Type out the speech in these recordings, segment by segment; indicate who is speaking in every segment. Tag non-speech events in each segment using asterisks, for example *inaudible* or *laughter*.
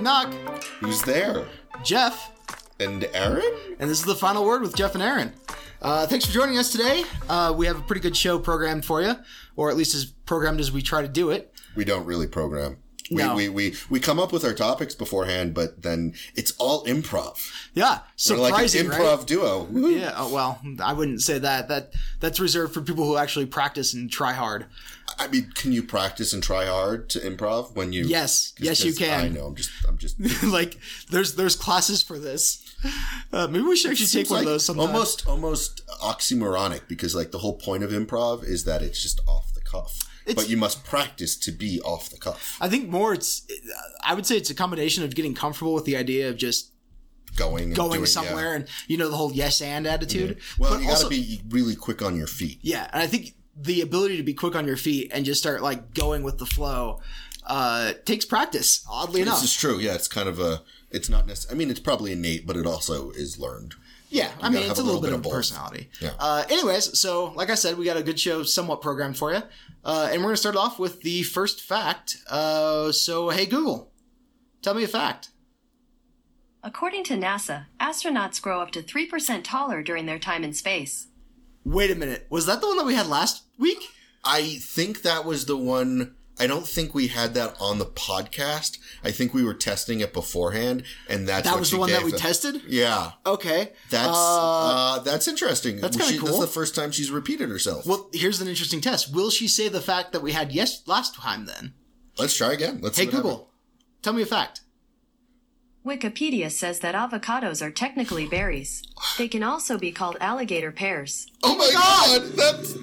Speaker 1: Knock,
Speaker 2: Who's there?
Speaker 1: Jeff,
Speaker 2: And Aaron?
Speaker 1: and this is the final word with Jeff and Aaron. Uh, thanks for joining us today. Uh, we have a pretty good show programmed for you, or at least as programmed as we try to do it.
Speaker 2: We don't really program. We,
Speaker 1: No.
Speaker 2: we, we, we come up with our topics beforehand, but then it's all improv.
Speaker 1: Yeah,
Speaker 2: We're like an
Speaker 1: surprising,
Speaker 2: improv
Speaker 1: right?
Speaker 2: duo. Woo.
Speaker 1: Yeah. Oh, well, I wouldn't say that. That that's reserved for people who actually practice and try hard. *laughs*
Speaker 2: I mean, can you practice and try hard to improv when you?
Speaker 1: Yes.
Speaker 2: 'cause-
Speaker 1: Yes, you
Speaker 2: 'cause
Speaker 1: can.
Speaker 2: I know. I'm just. I'm just.
Speaker 1: like, there's there's classes for this. Uh, maybe we should actually take
Speaker 2: Seems
Speaker 1: one
Speaker 2: like
Speaker 1: of those sometime.
Speaker 2: almost, almost oxymoronic because like the whole point of improv is that it's just off the cuff. but you must practice to be off the cuff,
Speaker 1: I think more it's I would say it's a combination of getting comfortable with the idea of just
Speaker 2: going, and
Speaker 1: going
Speaker 2: doing, yeah. Mm-hmm.
Speaker 1: somewhere and you know the whole yes and attitude.
Speaker 2: Well,
Speaker 1: but
Speaker 2: you
Speaker 1: also,
Speaker 2: gotta be really quick on your feet.
Speaker 1: yeah, and I think the ability to be quick on your feet and just start like going with the flow uh takes practice, oddly enough.
Speaker 2: This is true. Yeah, it's kind of a. It's not necessarily. I mean, it's probably innate, but it also is learned.
Speaker 1: Yeah, I mean,
Speaker 2: gotta
Speaker 1: it's a
Speaker 2: have
Speaker 1: little, bit, of,
Speaker 2: both.
Speaker 1: personality.
Speaker 2: Yeah.
Speaker 1: Uh, anyways, so like I said, we got a good show somewhat programmed for you. Uh, and we're going to start off with the first fact. Uh, so, hey, Google, tell me a fact.
Speaker 3: According to NASA, astronauts grow up to 3% taller during their time in space.
Speaker 1: Wait a minute. Was that the one that we had last week?
Speaker 2: I think that was the one. I don't think we had that on the podcast. I think we were testing it beforehand, and that's
Speaker 1: That
Speaker 2: what
Speaker 1: was
Speaker 2: you
Speaker 1: the one that
Speaker 2: gave
Speaker 1: we
Speaker 2: us.
Speaker 1: tested?
Speaker 2: Yeah,
Speaker 1: Okay.
Speaker 2: that's
Speaker 1: Uh,
Speaker 2: uh, that's interesting.
Speaker 1: that's
Speaker 2: She-
Speaker 1: kinda cool.
Speaker 2: That's the first time she's repeated herself.
Speaker 1: well, here's an interesting test. Will she say the fact that we had yes last time then?
Speaker 2: let's try again. Let's
Speaker 1: Hey,
Speaker 2: see what
Speaker 1: Google,
Speaker 2: happens.
Speaker 1: tell me a fact.
Speaker 3: Wikipedia says that avocados are technically berries. They can also be called alligator pears.
Speaker 2: Oh my god, that's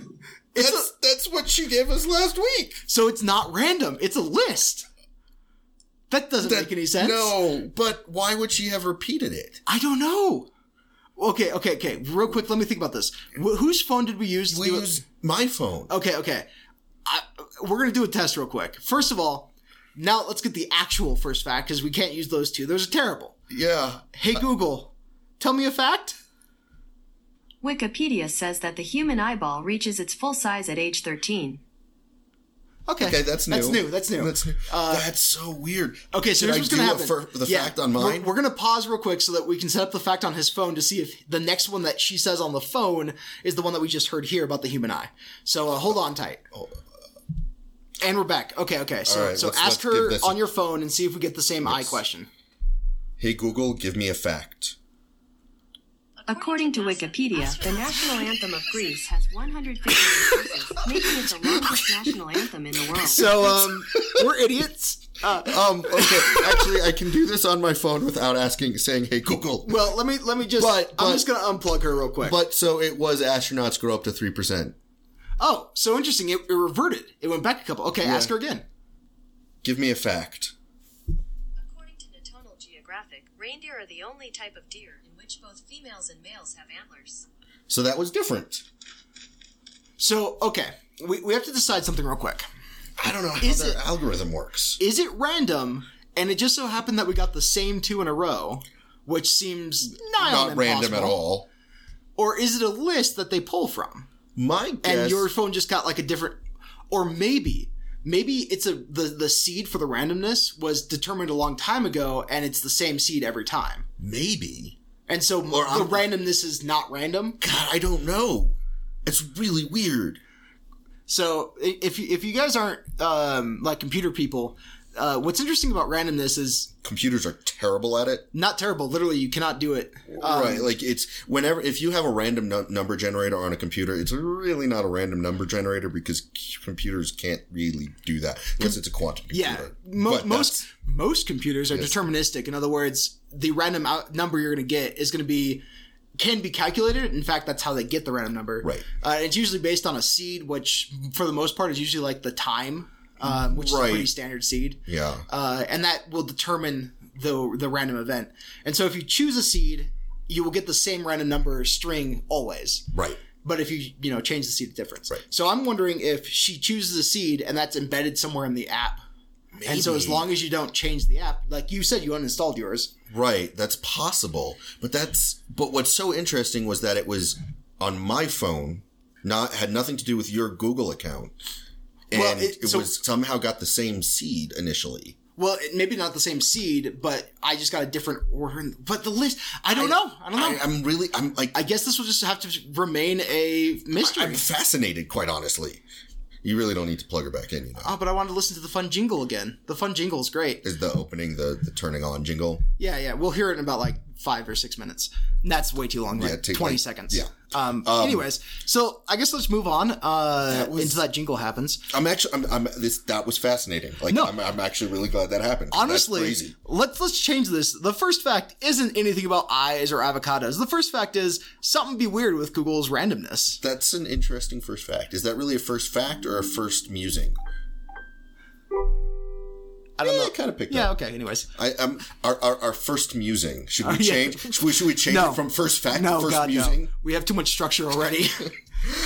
Speaker 1: It's
Speaker 2: that's that's what she gave us last week.
Speaker 1: So it's not random, it's a list. That doesn't
Speaker 2: That-
Speaker 1: make any sense.
Speaker 2: No, but why would she have repeated it?
Speaker 1: I don't know. Okay, okay, okay. Real quick, let me think about this. Wh- whose phone did we use? to
Speaker 2: We
Speaker 1: do it?
Speaker 2: use my phone.
Speaker 1: Okay, okay. I, we're gonna do a test real quick. First of all, now let's get the actual first fact because we can't use those two. Those are terrible.
Speaker 2: Yeah,
Speaker 1: Hey Google, tell me a fact.
Speaker 3: Wikipedia says that the human eyeball reaches its full size at age 13.
Speaker 1: Okay,
Speaker 2: Okay, that's new.
Speaker 1: That's new. That's new. Uh,
Speaker 2: That's new. that's so weird.
Speaker 1: Okay, so
Speaker 2: Should
Speaker 1: here's
Speaker 2: I
Speaker 1: what's gonna
Speaker 2: do a
Speaker 1: happen.
Speaker 2: fir- the
Speaker 1: Yeah,
Speaker 2: fact on
Speaker 1: we're-
Speaker 2: mine.
Speaker 1: We're, gonna pause real quick so that we can set up the fact on his phone to see if the next one that she says on the phone is the one that we just heard here about the human eye. So uh, hold on tight. And we're back. Okay, okay. So,
Speaker 2: All right,
Speaker 1: so
Speaker 2: Oh. let's-
Speaker 1: ask
Speaker 2: let's
Speaker 1: her
Speaker 2: give this-
Speaker 1: on your phone and see if we get the same eye question.
Speaker 2: hey Google, give me a fact.
Speaker 3: According to Wikipedia, the national anthem of Greece has 150 verses, making it the longest national anthem in the world.
Speaker 1: So um, *laughs* we're idiots. Uh,
Speaker 2: Um. Okay. Actually, I can do this on my phone without asking, saying, "Hey Google."
Speaker 1: well, let me let me just.
Speaker 2: But-
Speaker 1: I'm
Speaker 2: but-
Speaker 1: just gonna unplug her real quick.
Speaker 2: But so it was astronauts grow up to three percent.
Speaker 1: oh, so interesting. It, it reverted. It went back a couple. Okay, ask her again.
Speaker 2: Give me a fact.
Speaker 3: According to National Geographic, reindeer are the only type of deer in which both females and males have antlers.
Speaker 2: So that was different.
Speaker 1: So okay, we we have to decide something real quick.
Speaker 2: I don't know how
Speaker 1: Is
Speaker 2: their
Speaker 1: it-
Speaker 2: algorithm works.
Speaker 1: Is it random? And it just so happened that we got the same two in a row, which seems nigh on
Speaker 2: Not random
Speaker 1: impossible.
Speaker 2: at all.
Speaker 1: Or is it a list that they pull from?
Speaker 2: My
Speaker 1: and
Speaker 2: guess.
Speaker 1: your phone just got like a different or maybe maybe it's a the, the seed for the randomness was determined a long time ago and it's the same seed every time
Speaker 2: maybe.
Speaker 1: and so
Speaker 2: Or
Speaker 1: the
Speaker 2: I'm-
Speaker 1: randomness is not random
Speaker 2: God, I don't know. It's really weird.
Speaker 1: so i- if you, if you guys aren't um, like computer people uh, what's interesting about randomness is
Speaker 2: Computers are terrible at it.
Speaker 1: not terrible literally you cannot do it um,
Speaker 2: right, like it's whenever if you have a random nu- number generator on a computer, it's really not a random number generator because c- computers can't really do that unless it's a quantum
Speaker 1: yeah
Speaker 2: computer.
Speaker 1: mo-
Speaker 2: But
Speaker 1: most most computers are deterministic in other words the random out- number you're going to get is going to be can be calculated in fact that's how they get the random number
Speaker 2: Right.
Speaker 1: uh, it's usually based on a seed which for the most part is usually like the time um, which is a
Speaker 2: Right.
Speaker 1: pretty standard seed
Speaker 2: that's- yeah,
Speaker 1: uh, and that will determine the the random event and so if you choose a seed you will get the same random number string always
Speaker 2: right.
Speaker 1: but if you you know change the seed it's different
Speaker 2: Right.
Speaker 1: so i'm wondering if she chooses a seed and that's embedded somewhere in the app and so as
Speaker 2: Maybe.
Speaker 1: long as you don't change the app like you said you uninstalled yours
Speaker 2: Right, that's possible. But that's but what's so interesting was that it was on my phone, not had nothing to do with your Google account. And
Speaker 1: Well, it-
Speaker 2: it,
Speaker 1: so-
Speaker 2: was somehow got the same seed initially.
Speaker 1: Well, it, maybe not the same seed, but I just got a different order. In, but the list, I don't know. Oh, I don't know.
Speaker 2: I, I'm really, I'm like,
Speaker 1: I guess this will just have to remain a mystery.
Speaker 2: I'm fascinated, quite honestly. You really don't need to plug her back in, you know.
Speaker 1: oh, but I wanted to listen to the fun jingle again. The fun jingle is great.
Speaker 2: Is the opening the the turning on jingle?
Speaker 1: Yeah, yeah. We'll hear it in about like five or six minutes. And that's way too long. Like
Speaker 2: Yeah, take,
Speaker 1: twenty
Speaker 2: like-
Speaker 1: seconds.
Speaker 2: yeah.
Speaker 1: Um, Anyways, so I guess let's move on uh, until that jingle happens.
Speaker 2: I'm actually, I'm, I'm this that was fascinating. Like,
Speaker 1: No.
Speaker 2: I'm, I'm actually really glad that happened. That's
Speaker 1: Honestly,
Speaker 2: crazy.
Speaker 1: let's let's change this. The first fact isn't anything about eyes or avocados. The first fact is something be weird with Google's randomness.
Speaker 2: That's an interesting first fact. Is that really a first fact or a first musing?
Speaker 1: I don't
Speaker 2: Yeah,
Speaker 1: know.
Speaker 2: I kind of picked
Speaker 1: Eh, Yeah.
Speaker 2: up.
Speaker 1: Okay. Anyways.
Speaker 2: I, um, our, our our first musing. Should we
Speaker 1: *laughs* yeah.
Speaker 2: change? Should we, should we change
Speaker 1: No.
Speaker 2: it from first fact
Speaker 1: No,
Speaker 2: to first
Speaker 1: God,
Speaker 2: musing?
Speaker 1: no. We have too much structure
Speaker 2: *laughs*
Speaker 1: already.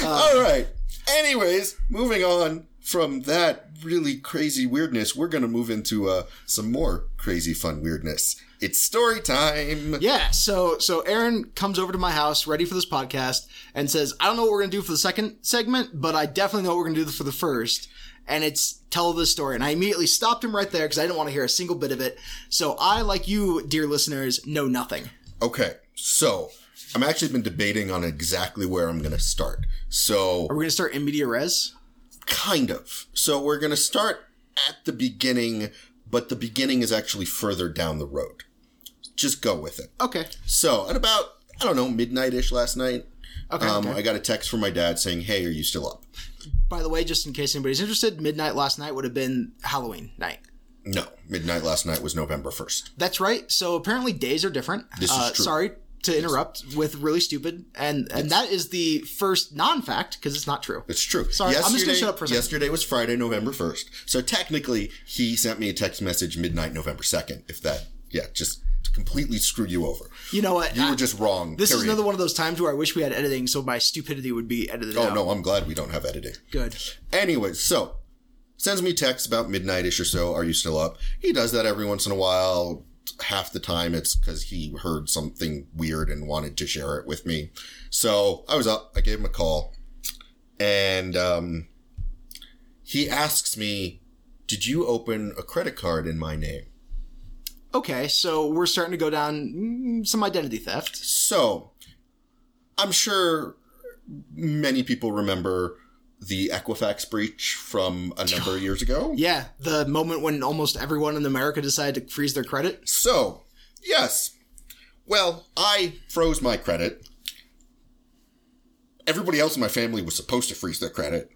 Speaker 2: All right. Anyways, moving on from that really crazy weirdness, we're gonna move into uh, some more crazy fun weirdness. It's story time.
Speaker 1: yeah. So so Aaron comes over to my house ready for this podcast and says, "I don't know what we're gonna do for the second segment, but I definitely know what we're gonna do for the first. And it's tell this story. And I immediately stopped him right there because I didn't want to hear a single bit of it. So I, like you, dear listeners, know nothing.
Speaker 2: Okay, so I'm actually been debating on exactly where I'm gonna start. So
Speaker 1: Are we gonna start in media res?
Speaker 2: kind of. So we're going to start at the beginning, but the beginning is actually further down the road. Just go with it.
Speaker 1: Okay.
Speaker 2: So at about, I don't know, midnight ish last night,
Speaker 1: Okay.
Speaker 2: um,
Speaker 1: okay.
Speaker 2: I got a text from my dad saying, Hey, are you still up?
Speaker 1: By the way, just in case anybody's interested, midnight last night would have been Halloween night.
Speaker 2: No, midnight last night was November 1st.
Speaker 1: That's right. So apparently days are different.
Speaker 2: This is
Speaker 1: uh,
Speaker 2: true.
Speaker 1: Sorry to interrupt with really stupid, and and that is the first non-fact because it's not true.
Speaker 2: It's true.
Speaker 1: Sorry, I'm just gonna shut up for a second.
Speaker 2: Yesterday was Friday, November 1st. So technically, he sent me a text message midnight, November 2nd, if that, yeah, just to completely screw you over.
Speaker 1: You know what?
Speaker 2: You
Speaker 1: I-
Speaker 2: were just wrong.
Speaker 1: Ah, this is
Speaker 2: period.
Speaker 1: another one of those times where I wish we had editing, so my stupidity would be edited
Speaker 2: Oh,
Speaker 1: out.
Speaker 2: no, I'm glad we don't have editing.
Speaker 1: Good.
Speaker 2: Anyways, so sends me text about midnight-ish or so. Are you still up? He does that every once in a while. Half the time it's because he heard something weird and wanted to share it with me. So I was up. I gave him a call, and um, he asks me, "Did you open a credit card in my name?"
Speaker 1: Okay, so we're starting to go down mm, some identity theft.
Speaker 2: So, I'm sure many people remember the Equifax breach from a number of years ago.
Speaker 1: Yeah, the moment when almost everyone in America decided to freeze their credit.
Speaker 2: So, yes. Well, I froze my credit. Everybody else in my family was supposed to freeze their credit.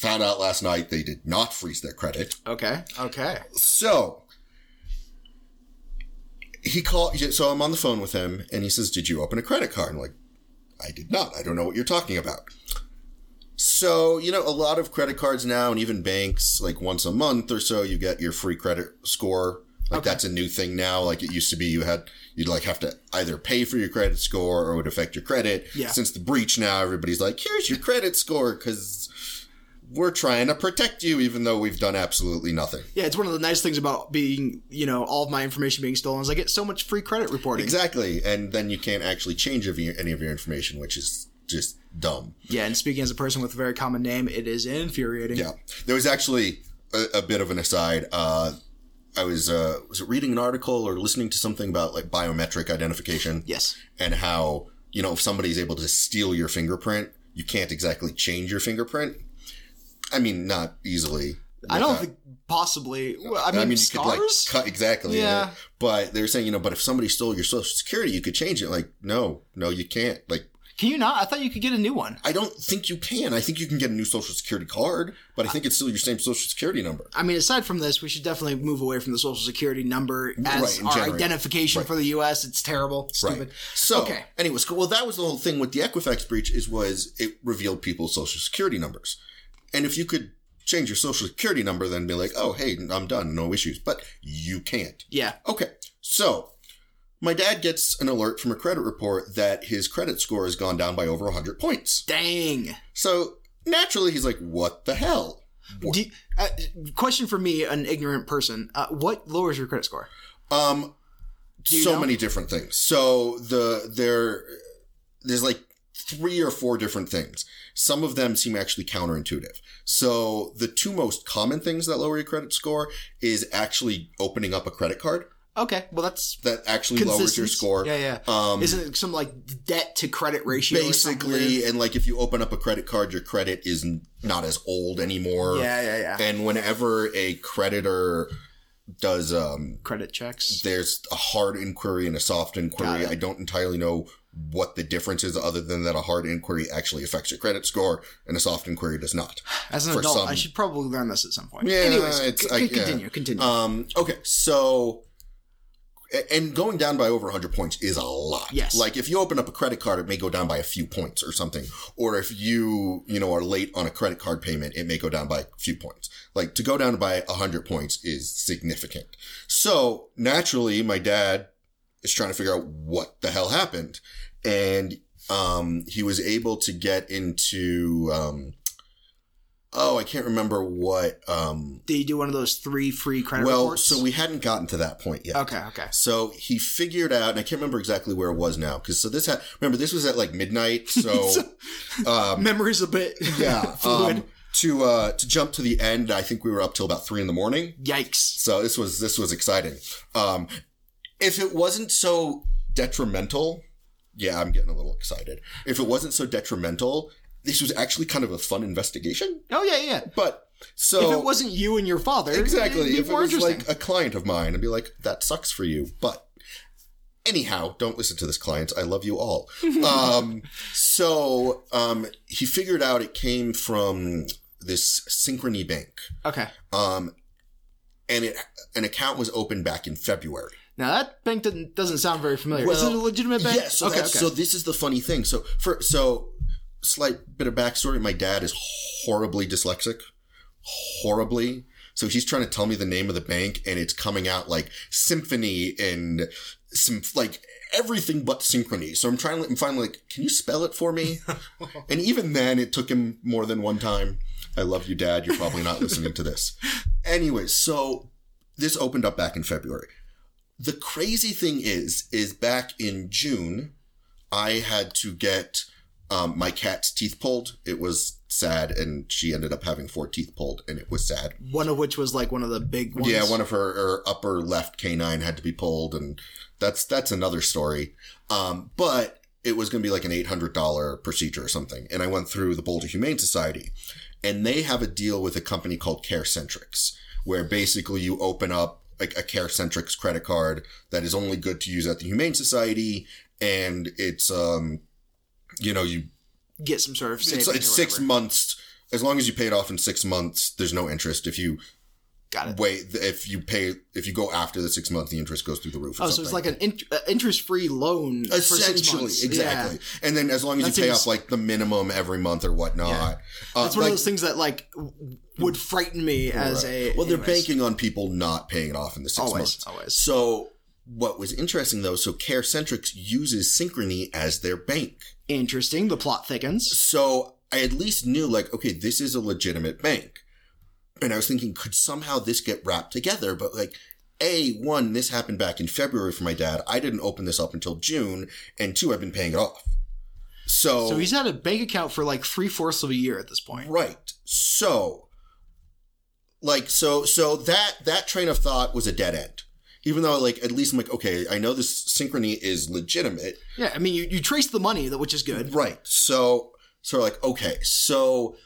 Speaker 2: Found out last night they did not freeze their credit.
Speaker 1: Okay. Okay.
Speaker 2: So, he called. So I'm on the phone with him and he says, Did you open a credit card? I'm like, I did not. I don't know what you're talking about. So, you know, a lot of credit cards now and even banks, like once a month or so, you get your free credit score. Like that's a new thing now. Like it used to be you had you'd like have to either pay for your credit score or it would affect your credit.
Speaker 1: Yeah.
Speaker 2: Since the breach now everybody's like, here's your credit score cuz we're trying to protect you even though we've done absolutely nothing.
Speaker 1: Yeah, it's one of the nice things about being, you know, all of my information being stolen is I get so much free credit reporting.
Speaker 2: Exactly, and then you can't actually change of your, any of your information, which is just dumb.
Speaker 1: Yeah, and speaking as a person with a very common name, it is infuriating.
Speaker 2: Yeah, there was actually a, a bit of an aside. Uh, I was uh, was it reading an article or listening to something about like biometric identification?
Speaker 1: Yes.
Speaker 2: and how you know if somebody's able to steal your fingerprint, you can't exactly change your fingerprint. I mean, not easily.
Speaker 1: I don't
Speaker 2: Without-
Speaker 1: think possibly. well, I mean,
Speaker 2: I mean, you
Speaker 1: scars.
Speaker 2: could like cut exactly.
Speaker 1: Yeah.
Speaker 2: Yeah. But they're saying, you know, but if somebody stole your social security, you could change it. Like, no, no, you can't. Like,
Speaker 1: Can you not? I thought you could get a new one.
Speaker 2: I don't think you can. I think you can get a new social security card, but I think it's still your same social security number.
Speaker 1: I mean, aside from this, we should definitely move away from the social security number as
Speaker 2: Right, in
Speaker 1: our
Speaker 2: general.
Speaker 1: identification
Speaker 2: Right.
Speaker 1: for the U.S. It's terrible, stupid.
Speaker 2: So,
Speaker 1: Okay.
Speaker 2: anyways, well, that was the whole thing with the Equifax breach is was it revealed people's social security numbers, and if you could change your social security number, then be like, oh, hey, I'm done, no issues. But you can't.
Speaker 1: Yeah.
Speaker 2: Okay, so my dad gets an alert from a credit report that his credit score has gone down by over 100 points.
Speaker 1: Dang.
Speaker 2: So naturally, he's like, what the hell?
Speaker 1: Do you- uh, question for me, an ignorant person: uh, What lowers your credit score?
Speaker 2: Um,
Speaker 1: you
Speaker 2: so
Speaker 1: know?
Speaker 2: many different things. So the there, there's like three or four different things. Some of them seem actually counterintuitive. So the two most common things that lower your credit score is actually opening up a credit card
Speaker 1: Okay, well that's
Speaker 2: that actually lowers your
Speaker 1: consistent.
Speaker 2: score.
Speaker 1: Yeah, yeah.
Speaker 2: Um,
Speaker 1: Isn't it some like debt to credit ratio? or something
Speaker 2: basically,
Speaker 1: weird?
Speaker 2: and like if you open up a credit card, your credit is n- not as old anymore.
Speaker 1: Yeah, yeah, yeah.
Speaker 2: And whenever a creditor does, um,
Speaker 1: credit checks.
Speaker 2: there's a hard inquiry and a soft inquiry. I don't entirely know what the difference is, other than that a hard inquiry actually affects your credit score and a soft inquiry does not.
Speaker 1: As an
Speaker 2: for
Speaker 1: adult,
Speaker 2: some-
Speaker 1: I should probably learn this at some point.
Speaker 2: Yeah,
Speaker 1: Anyways,
Speaker 2: it's-
Speaker 1: c-
Speaker 2: I-
Speaker 1: c-
Speaker 2: yeah.
Speaker 1: continue, continue.
Speaker 2: Um, okay, so a- and going down by over 100 points is a lot.
Speaker 1: Yes.
Speaker 2: Like if you open up a credit card, it may go down by a few points or something. Or if you, you know, are late on a credit card payment, it may go down by a few points. Like to go down by 100 points is significant. So naturally, my dad is trying to figure out what the hell happened. And, um, he was able to get into, um, oh, I can't remember what, um,
Speaker 1: Did you do one of those three free credit
Speaker 2: well,
Speaker 1: reports?
Speaker 2: so we hadn't gotten to that point yet.
Speaker 1: okay, okay.
Speaker 2: So he figured out, and I can't remember exactly where it was now, because so this had remember this was at
Speaker 1: *laughs*
Speaker 2: like midnight. So um,
Speaker 1: Memory's a bit *laughs*
Speaker 2: yeah,
Speaker 1: fluid.
Speaker 2: um, to uh, to jump to the end, I think we were up till about three in the morning.
Speaker 1: Yikes!
Speaker 2: So this was this was exciting. Um, if it wasn't so detrimental, yeah, I'm getting a little excited. If it wasn't so detrimental, this was actually kind of a fun investigation.
Speaker 1: Oh yeah, yeah.
Speaker 2: But so
Speaker 1: if it wasn't you and your father,
Speaker 2: Exactly.
Speaker 1: it'd be
Speaker 2: if it
Speaker 1: more
Speaker 2: was
Speaker 1: interesting.
Speaker 2: like a client of mine, I'd be like, that sucks for you. But anyhow, don't listen to this client. I love you
Speaker 1: *laughs*
Speaker 2: all. um, so um, he figured out it came from this Synchrony Bank.
Speaker 1: okay,
Speaker 2: Um, and it, an account was opened back in February.
Speaker 1: now that bank doesn't doesn't sound very familiar.
Speaker 2: Well,
Speaker 1: Is it a legitimate bank?
Speaker 2: Yeah, so,
Speaker 1: okay,
Speaker 2: that's,
Speaker 1: okay.
Speaker 2: so this is the funny thing. So for so slight bit of backstory, my dad is horribly dyslexic, horribly. So he's trying to tell me the name of the bank, and it's coming out like symphony and some like everything but synchrony. So I'm trying. I'm finally like, can you spell it
Speaker 1: *laughs*
Speaker 2: for me? and even then, it took him more than one time. I love you, Dad. You're probably not listening
Speaker 1: *laughs*
Speaker 2: to this. Anyway, so this opened up back in February. The crazy thing is, is back in June, I had to get um, my cat's teeth pulled. It was sad, and she ended up having four teeth pulled, and it was sad.
Speaker 1: one of which was like one of the big ones.
Speaker 2: Yeah, one of her, her upper left canine had to be pulled, and that's that's another story. Um, but it was going to be like an eight hundred dollar procedure or something, and I went through the Boulder Humane Society, and they have a deal with a company called CareCentrics, where basically you open up like a CareCentrics credit card that is only good to use at the Humane Society, and it's um, you know, you
Speaker 1: get some sort of savings.
Speaker 2: it's, it's
Speaker 1: or
Speaker 2: six
Speaker 1: whatever.
Speaker 2: months. As long as you pay it off in six months, there's no interest. If you
Speaker 1: Got it.
Speaker 2: wait if you pay if you go after the six months the interest goes through the roof or
Speaker 1: Oh, so
Speaker 2: something.
Speaker 1: it's like an in- uh, interest-free loan. for six
Speaker 2: essentially
Speaker 1: months.
Speaker 2: exactly
Speaker 1: Yeah.
Speaker 2: and then as long as
Speaker 1: That
Speaker 2: you pay
Speaker 1: seems-
Speaker 2: off like the minimum every month or whatnot
Speaker 1: Yeah.
Speaker 2: uh,
Speaker 1: That's one
Speaker 2: like-
Speaker 1: of those things that like w- would frighten me as a.
Speaker 2: well, they're
Speaker 1: anyways.
Speaker 2: banking on people not paying it off in the six
Speaker 1: Always,
Speaker 2: months.
Speaker 1: always.
Speaker 2: So, what was interesting though, so CareCentrics uses Synchrony as their bank.
Speaker 1: Interesting. The plot thickens.
Speaker 2: So I at least knew like, okay, this is a legitimate bank. And I was thinking, could somehow this get wrapped together? But like, A, one, this happened back in February for my dad. I didn't open this up until June. And two, I've been paying it off. So,
Speaker 1: So he's had a bank account for like three fourths of a year at this point.
Speaker 2: right. So, like, so, so that, that train of thought was a dead end. Even though, like, at least I'm like, okay, I know this synchrony is legitimate.
Speaker 1: Yeah, I mean, you, you trace the money, that which is good.
Speaker 2: Right. So, so we're like, okay, so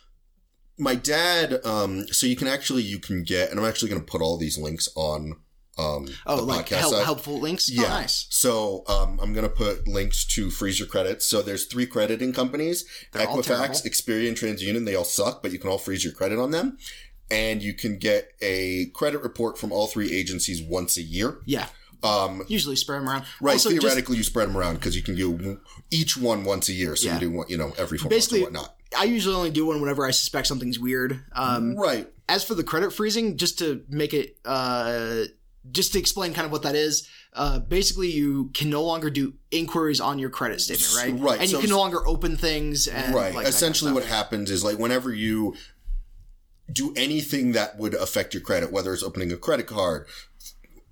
Speaker 2: my dad, um, so you can actually, you can get, and I'm actually going to put all these links on, um,
Speaker 1: Oh,
Speaker 2: the
Speaker 1: like
Speaker 2: podcast
Speaker 1: help,
Speaker 2: side.
Speaker 1: helpful links.
Speaker 2: Yeah.
Speaker 1: Oh, nice.
Speaker 2: So, um, I'm going to put links to freezer credits. So there's three crediting companies,
Speaker 1: They're all
Speaker 2: Equifax,
Speaker 1: terrible.
Speaker 2: Experian, TransUnion. They all suck, but you can all freeze your credit on them. And you can get a credit report from all three agencies once a year.
Speaker 1: Yeah.
Speaker 2: Um,
Speaker 1: Usually spread them around.
Speaker 2: Right,
Speaker 1: Also, just-
Speaker 2: theoretically, you spread them around because you can do each one once a year. So
Speaker 1: Yeah.
Speaker 2: you do one, you know, every four
Speaker 1: Basically-
Speaker 2: months and whatnot.
Speaker 1: I usually only do one whenever I suspect something's weird. Um,
Speaker 2: Right.
Speaker 1: as for the credit freezing, just to make it, uh, just to explain kind of what that is, uh, basically you can no longer do inquiries on your credit statement, right?
Speaker 2: Right,
Speaker 1: And
Speaker 2: so-
Speaker 1: you can no longer open things. And like
Speaker 2: Right.
Speaker 1: that kind of
Speaker 2: Essentially,
Speaker 1: stuff.
Speaker 2: what happens is like whenever you do anything that would affect your credit, whether it's opening a credit card,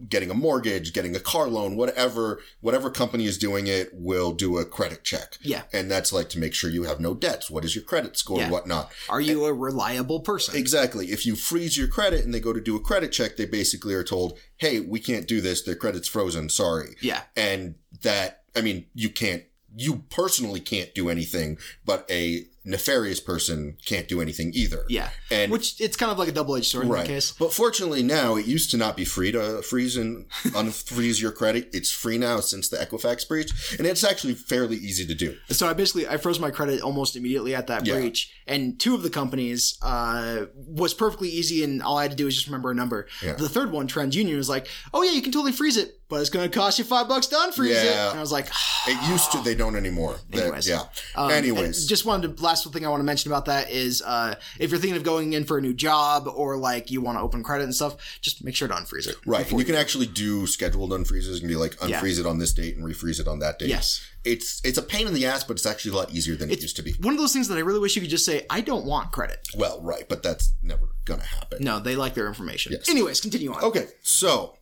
Speaker 2: getting a mortgage, getting a car loan, whatever, whatever company is doing it will do a credit check.
Speaker 1: Yeah.
Speaker 2: And that's like to make sure you have no debts. What is your credit score?
Speaker 1: Yeah.
Speaker 2: Whatnot.
Speaker 1: Are you a reliable person?
Speaker 2: Exactly. If you freeze your credit and they go to do a credit check, they basically are told, hey, we can't do this. Their credit's frozen. Sorry.
Speaker 1: Yeah.
Speaker 2: And that, I mean, you can't, you personally can't do anything, but a nefarious person can't do anything either.
Speaker 1: Yeah.
Speaker 2: And
Speaker 1: Which it's kind of like a double edged sword in
Speaker 2: Right.
Speaker 1: that case.
Speaker 2: But fortunately now it used to not be free to
Speaker 1: *laughs*
Speaker 2: freeze and unfreeze your credit. It's free now since the Equifax breach. And it's actually fairly easy to do.
Speaker 1: So I basically I froze my credit almost immediately at that
Speaker 2: Yeah.
Speaker 1: breach, and two of the companies uh, was perfectly easy, and all I had to do was just remember a number.
Speaker 2: Yeah.
Speaker 1: The third one, TransUnion, was like, "Oh yeah, you can totally freeze it, but it's going to cost you five bucks to unfreeze
Speaker 2: Yeah.
Speaker 1: it." And I was like,
Speaker 2: It used to, they don't anymore. That-
Speaker 1: Anyways.
Speaker 2: yeah.
Speaker 1: um,
Speaker 2: Anyways.
Speaker 1: and just wanted to last thing I want to mention about that is uh, if you're thinking of going in for a new job or like you want to open credit and stuff, just make sure to unfreeze it.
Speaker 2: Right. And you can actually do scheduled unfreezes and be like, unfreeze it on this date and refreeze it on that date.
Speaker 1: Yes.
Speaker 2: It's it's a pain in the ass, but it's actually a lot easier than it used to be.
Speaker 1: One of those things that I really wish you could just say, "I don't want credit."
Speaker 2: Well, right, but that's never gonna happen.
Speaker 1: No, they like their information.
Speaker 2: Yes.
Speaker 1: Anyways, continue on.
Speaker 2: Okay, so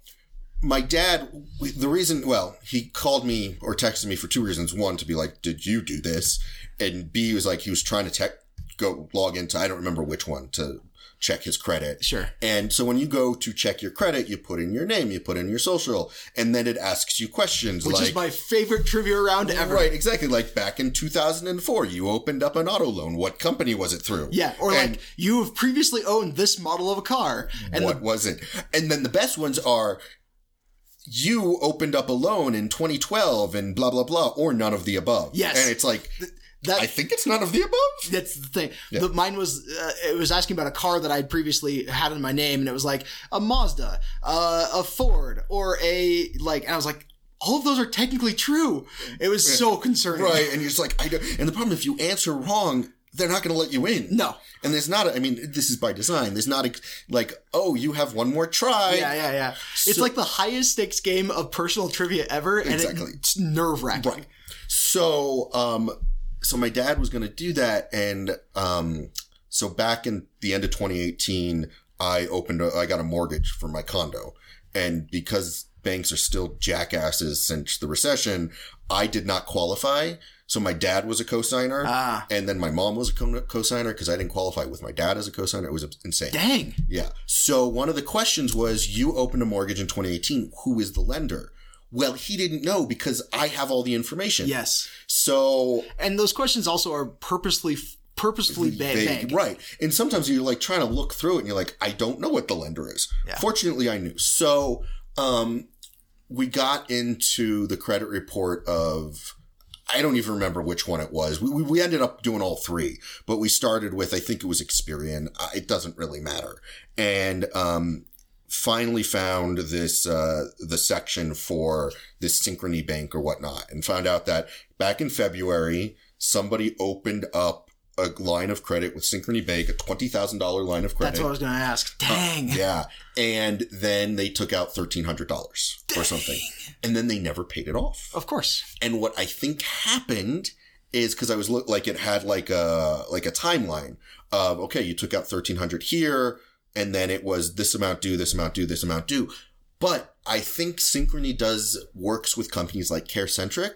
Speaker 2: my dad, the reason, well, he called me or texted me for two reasons. One, to be like, did you do this? And B was like, he was trying to tech, go log into, I don't remember which one to check his credit.
Speaker 1: Sure.
Speaker 2: And so when you go to check your credit, you put in your name, you put in your social, and then it asks you questions
Speaker 1: Which
Speaker 2: like,
Speaker 1: is my favorite trivia round ever.
Speaker 2: Right, exactly. Like back in 2004, you opened up an auto loan. What company was it through?
Speaker 1: Yeah, or
Speaker 2: And- Mm-hmm.
Speaker 1: like you have previously owned this model of a car, and
Speaker 2: what
Speaker 1: the,
Speaker 2: was it? And then the best ones are you opened up a loan in 2012 and blah blah blah, or none of the above.
Speaker 1: Yes.
Speaker 2: and it's like I
Speaker 1: that
Speaker 2: think it's none of the above.
Speaker 1: that's the thing. The, mine was uh, it was asking about a car that I would previously had in my name, and it was like a Mazda, uh, a Ford, or a like, and I was like, all of those are technically true. It was so concerning.
Speaker 2: Right, and you're just like I don't. And the problem if you answer wrong. They're not going to let you in.
Speaker 1: No.
Speaker 2: and there's not. A, I mean, this is by design. There's not a, like, oh, you have one more try.
Speaker 1: Yeah, yeah, yeah. it's like the highest stakes game of personal trivia ever, and
Speaker 2: Exactly.
Speaker 1: it, it's nerve wracking.
Speaker 2: Right. So, um, so my dad was going to do that, and um, so back in the end of 2018, I opened, a, I got a mortgage for my condo, and because banks are still jackasses since the recession, I did not qualify. So my dad was a cosigner,
Speaker 1: Ah.
Speaker 2: and then my mom was a co- cosigner because I didn't qualify with my dad as a cosigner. It was insane.
Speaker 1: Dang.
Speaker 2: Yeah. So one of the questions was you opened a mortgage in 2018. Who is the lender? Well, he didn't know because I have all the information.
Speaker 1: Yes.
Speaker 2: So
Speaker 1: And those questions also are purposely purposefully ba-
Speaker 2: they-
Speaker 1: vague.
Speaker 2: right. And sometimes you're like trying to look through it and you're like, I don't know what the lender is.
Speaker 1: Yeah.
Speaker 2: Fortunately, I knew. So, um, we got into the credit report of, I don't even remember which one it was. We, we, we ended up doing all three, but we started with, I think it was Experian. Uh, It doesn't really matter. And, um, finally found this uh, the section for this synchrony bank or whatnot and found out that back in february somebody opened up a line of credit with synchrony bank a $20000 line of credit
Speaker 1: That's what I was going to ask.
Speaker 2: Uh,
Speaker 1: Dang.
Speaker 2: yeah and then they took out $1300 or something and then they never paid it off
Speaker 1: Of course.
Speaker 2: and what I think happened is because I was look like it had like a like a timeline of okay, you took out thirteen hundred here, and then it was this amount due, this amount due, this amount due. But I think Synchrony does works with companies like CareCentric,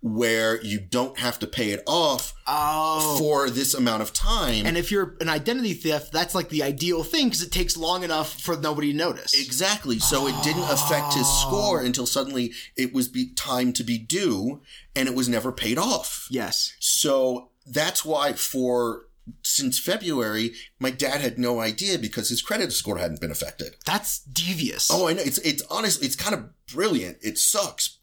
Speaker 2: where you don't have to pay it off
Speaker 1: Oh.
Speaker 2: for this amount of time.
Speaker 1: and if you're an identity thief, that's like the ideal thing because it takes long enough for nobody to notice.
Speaker 2: Exactly. So it didn't affect his score
Speaker 1: Oh.
Speaker 2: until suddenly it was be time to be due, and it was never paid off.
Speaker 1: yes.
Speaker 2: So that's why for since February, my dad had no idea because his credit score hadn't been affected.
Speaker 1: That's devious.
Speaker 2: Oh, I know. It's it's honestly it's kind of brilliant. It sucks,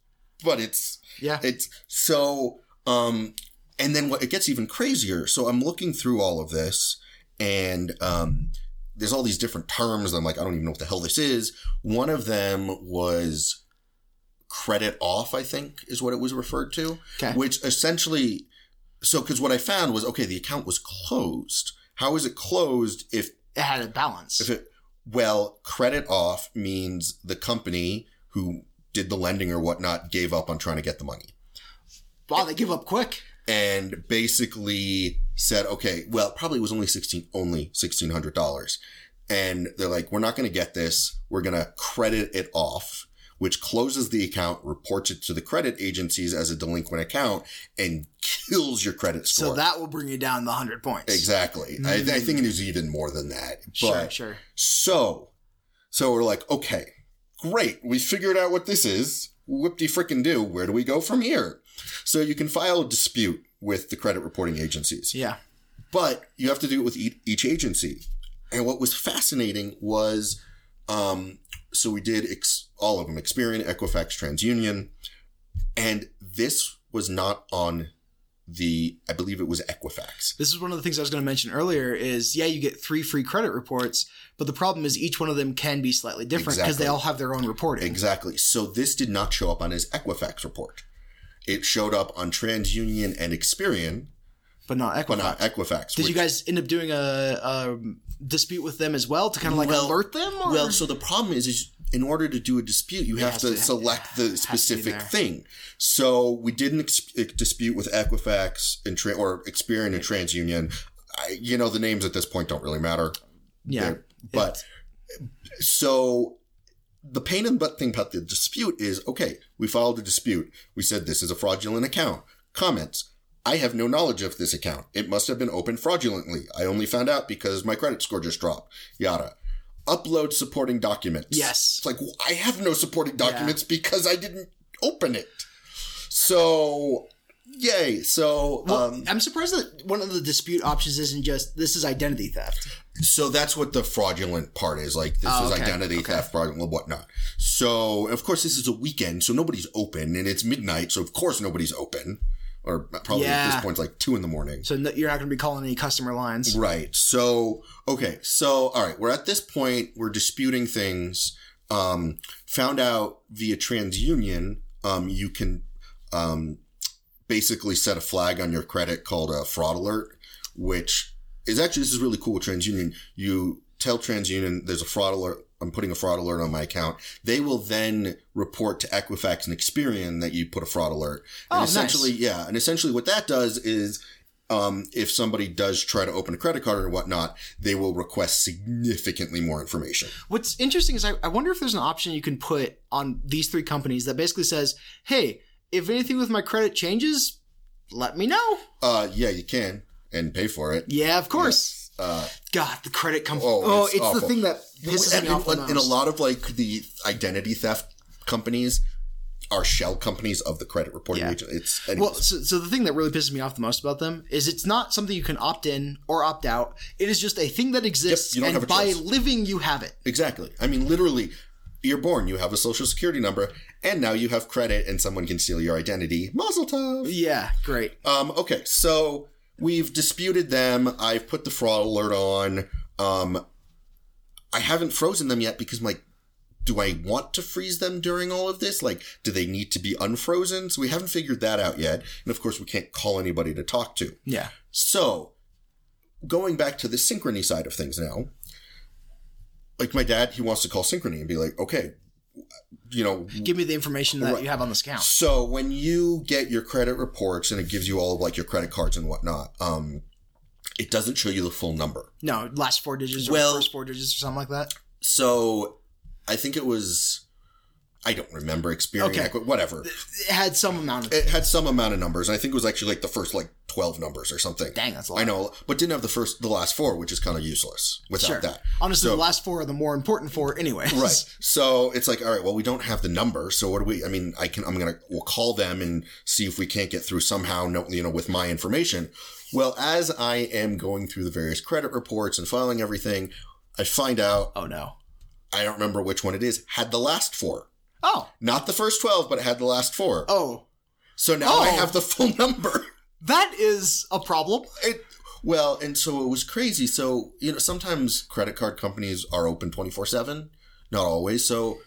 Speaker 2: but it's
Speaker 1: yeah.
Speaker 2: it's so um and then what it gets even crazier. So I'm looking through all of this and um there's all these different terms. I'm like, I don't even know what the hell this is. One of them was credit off, I think is what it was referred to
Speaker 1: okay.
Speaker 2: which essentially so because what i found was okay the account was closed how is it closed if
Speaker 1: it had a balance.
Speaker 2: if it well credit off means the company who did the lending or whatnot gave up on trying to get the money
Speaker 1: wow, they give up quick.
Speaker 2: and basically said okay well it probably was only 16 only $1600 and they're like, we're not going to get this. We're going to credit it off, which closes the account, reports it to the credit agencies as a delinquent account, and *laughs* kills your credit score.
Speaker 1: So that will bring you down the 100 points.
Speaker 2: exactly. I, I think it is even more than that. But
Speaker 1: Sure, sure.
Speaker 2: so, so we're like, okay, great. We figured out what this is. Whoop de frickin' do. Where do we go from here? So you can file a dispute with the credit reporting agencies
Speaker 1: Yeah.
Speaker 2: but you have to do it with ea- each agency. And what was fascinating was, um, so we did ex- all of them: Experian, Equifax, TransUnion, and this was not on the. I believe it was Equifax.
Speaker 1: This is one of the things I was going to mention earlier is yeah, you get three free credit reports, but the problem is each one of them can be slightly different because
Speaker 2: Exactly.
Speaker 1: they all have their own reporting.
Speaker 2: Exactly. So this did not show up on his Equifax report. It showed up on TransUnion and Experian,
Speaker 1: But not Equifax.
Speaker 2: but not Equifax.
Speaker 1: Did
Speaker 2: which-
Speaker 1: you guys end up doing a, a um, dispute with them as well to kind of like
Speaker 2: Well-
Speaker 1: alert them? Or?
Speaker 2: Well, so the problem is, is in order to do a dispute, you have
Speaker 1: has
Speaker 2: to
Speaker 1: to-
Speaker 2: select the specific
Speaker 1: there.
Speaker 2: thing. So we did an ex- dispute with Equifax and tra- or Experian and TransUnion. I, you know, the names at this point don't really matter.
Speaker 1: yeah,
Speaker 2: They're- But so the pain in the butt thing about the dispute is okay, we filed a dispute. We said this is a fraudulent account. Comments. I have no knowledge of this account. It must have been opened fraudulently. I only found out because my credit score just dropped. Yada. Upload supporting documents.
Speaker 1: Yes.
Speaker 2: It's like, well, I have no supporting documents because I didn't open it. So, yay. So, um,
Speaker 1: I'm surprised that one of the dispute options isn't just this is identity theft.
Speaker 2: So that's what the fraudulent part is. Like this
Speaker 1: Oh,
Speaker 2: is
Speaker 1: okay.
Speaker 2: identity
Speaker 1: Okay.
Speaker 2: theft, fraudulent, and whatnot. So of course this is a weekend, so nobody's open, and it's midnight, so of course nobody's open, or probably at
Speaker 1: Yeah.
Speaker 2: this point it's like two in the morning.
Speaker 1: So no, you're not going to be calling any customer lines.
Speaker 2: Right. So okay. So all right, we're at this point. We're disputing things. Um, found out via TransUnion, um, you can um, basically set a flag on your credit called a fraud alert, which is actually this is really cool with TransUnion. You tell TransUnion there's a fraud alert. I'm putting a fraud alert on my account. They will then report to Equifax and Experian that you put a fraud alert. And
Speaker 1: Oh, nice.
Speaker 2: essentially, yeah, and essentially what that does is um, if somebody does try to open a credit card or whatnot, they will request significantly more information.
Speaker 1: What's interesting is I, I wonder if there's an option you can put on these three companies that basically says, hey, if anything with my credit changes, let me know.
Speaker 2: Uh, yeah, you can and pay for it.
Speaker 1: Yeah, of course. God, the credit company.
Speaker 2: Uh, Oh,
Speaker 1: Oh,
Speaker 2: it's
Speaker 1: it's,
Speaker 2: awful.
Speaker 1: the thing that pisses
Speaker 2: And
Speaker 1: me off the
Speaker 2: in, in a
Speaker 1: most.
Speaker 2: lot of like the identity theft companies are shell companies of the credit reporting
Speaker 1: Yeah.
Speaker 2: agent. It's anyways.
Speaker 1: Well, so, so the thing that really pisses me off the most about them is it's not something you can opt in or opt out. It is just a thing that exists,
Speaker 2: you don't
Speaker 1: and
Speaker 2: have a
Speaker 1: by
Speaker 2: choice.
Speaker 1: living, you have it.
Speaker 2: exactly. I mean, literally, you're born, you have a social security number, and now you have credit, and someone can steal your identity. Mazel tov.
Speaker 1: Yeah, great.
Speaker 2: Um, okay, so we've disputed them. I've put the fraud alert on. Um, I haven't frozen them yet because I'm like, do I want to freeze them during all of this? Like, do they need to be unfrozen? So we haven't figured that out yet. And of course, we can't call anybody to talk to.
Speaker 1: Yeah.
Speaker 2: So, going back to the synchrony side of things now, like my dad, he wants to call synchrony and be like, okay, you know,
Speaker 1: Give me the information that you have on this account.
Speaker 2: so when you get your credit reports and it gives you all of like your credit cards and whatnot, um, it doesn't show you the full number.
Speaker 1: No, last four digits or
Speaker 2: Well-
Speaker 1: first four digits or something like that.
Speaker 2: So I think it was, I don't remember Experian,
Speaker 1: Okay.
Speaker 2: Equi- whatever.
Speaker 1: It had some amount of.
Speaker 2: It had some amount of numbers. And I think it was actually like the first like 12 numbers or something.
Speaker 1: *laughs* Dang, that's a lot.
Speaker 2: I know, but didn't have the first, the last four, which is kind of useless without
Speaker 1: Sure.
Speaker 2: that.
Speaker 1: Honestly,
Speaker 2: So-
Speaker 1: the last four are the more important four, anyways.
Speaker 2: Right. So it's like, all right, well, we don't have the number. So what do we, I mean, I can, I'm going to, we'll call them and see if we can't get through somehow, no, you know, with my information. Well, as I am going through the various credit reports and filing everything, I find out,
Speaker 1: *laughs* Oh no.
Speaker 2: I don't remember which one it is, had the last four.
Speaker 1: Oh.
Speaker 2: Not the first 12, but it had the last four.
Speaker 1: Oh.
Speaker 2: so now I
Speaker 1: oh.
Speaker 2: have the full *laughs* number.
Speaker 1: That is a problem.
Speaker 2: It, well, and so it was crazy. So, you know, sometimes credit card companies are open 24 7, not always. So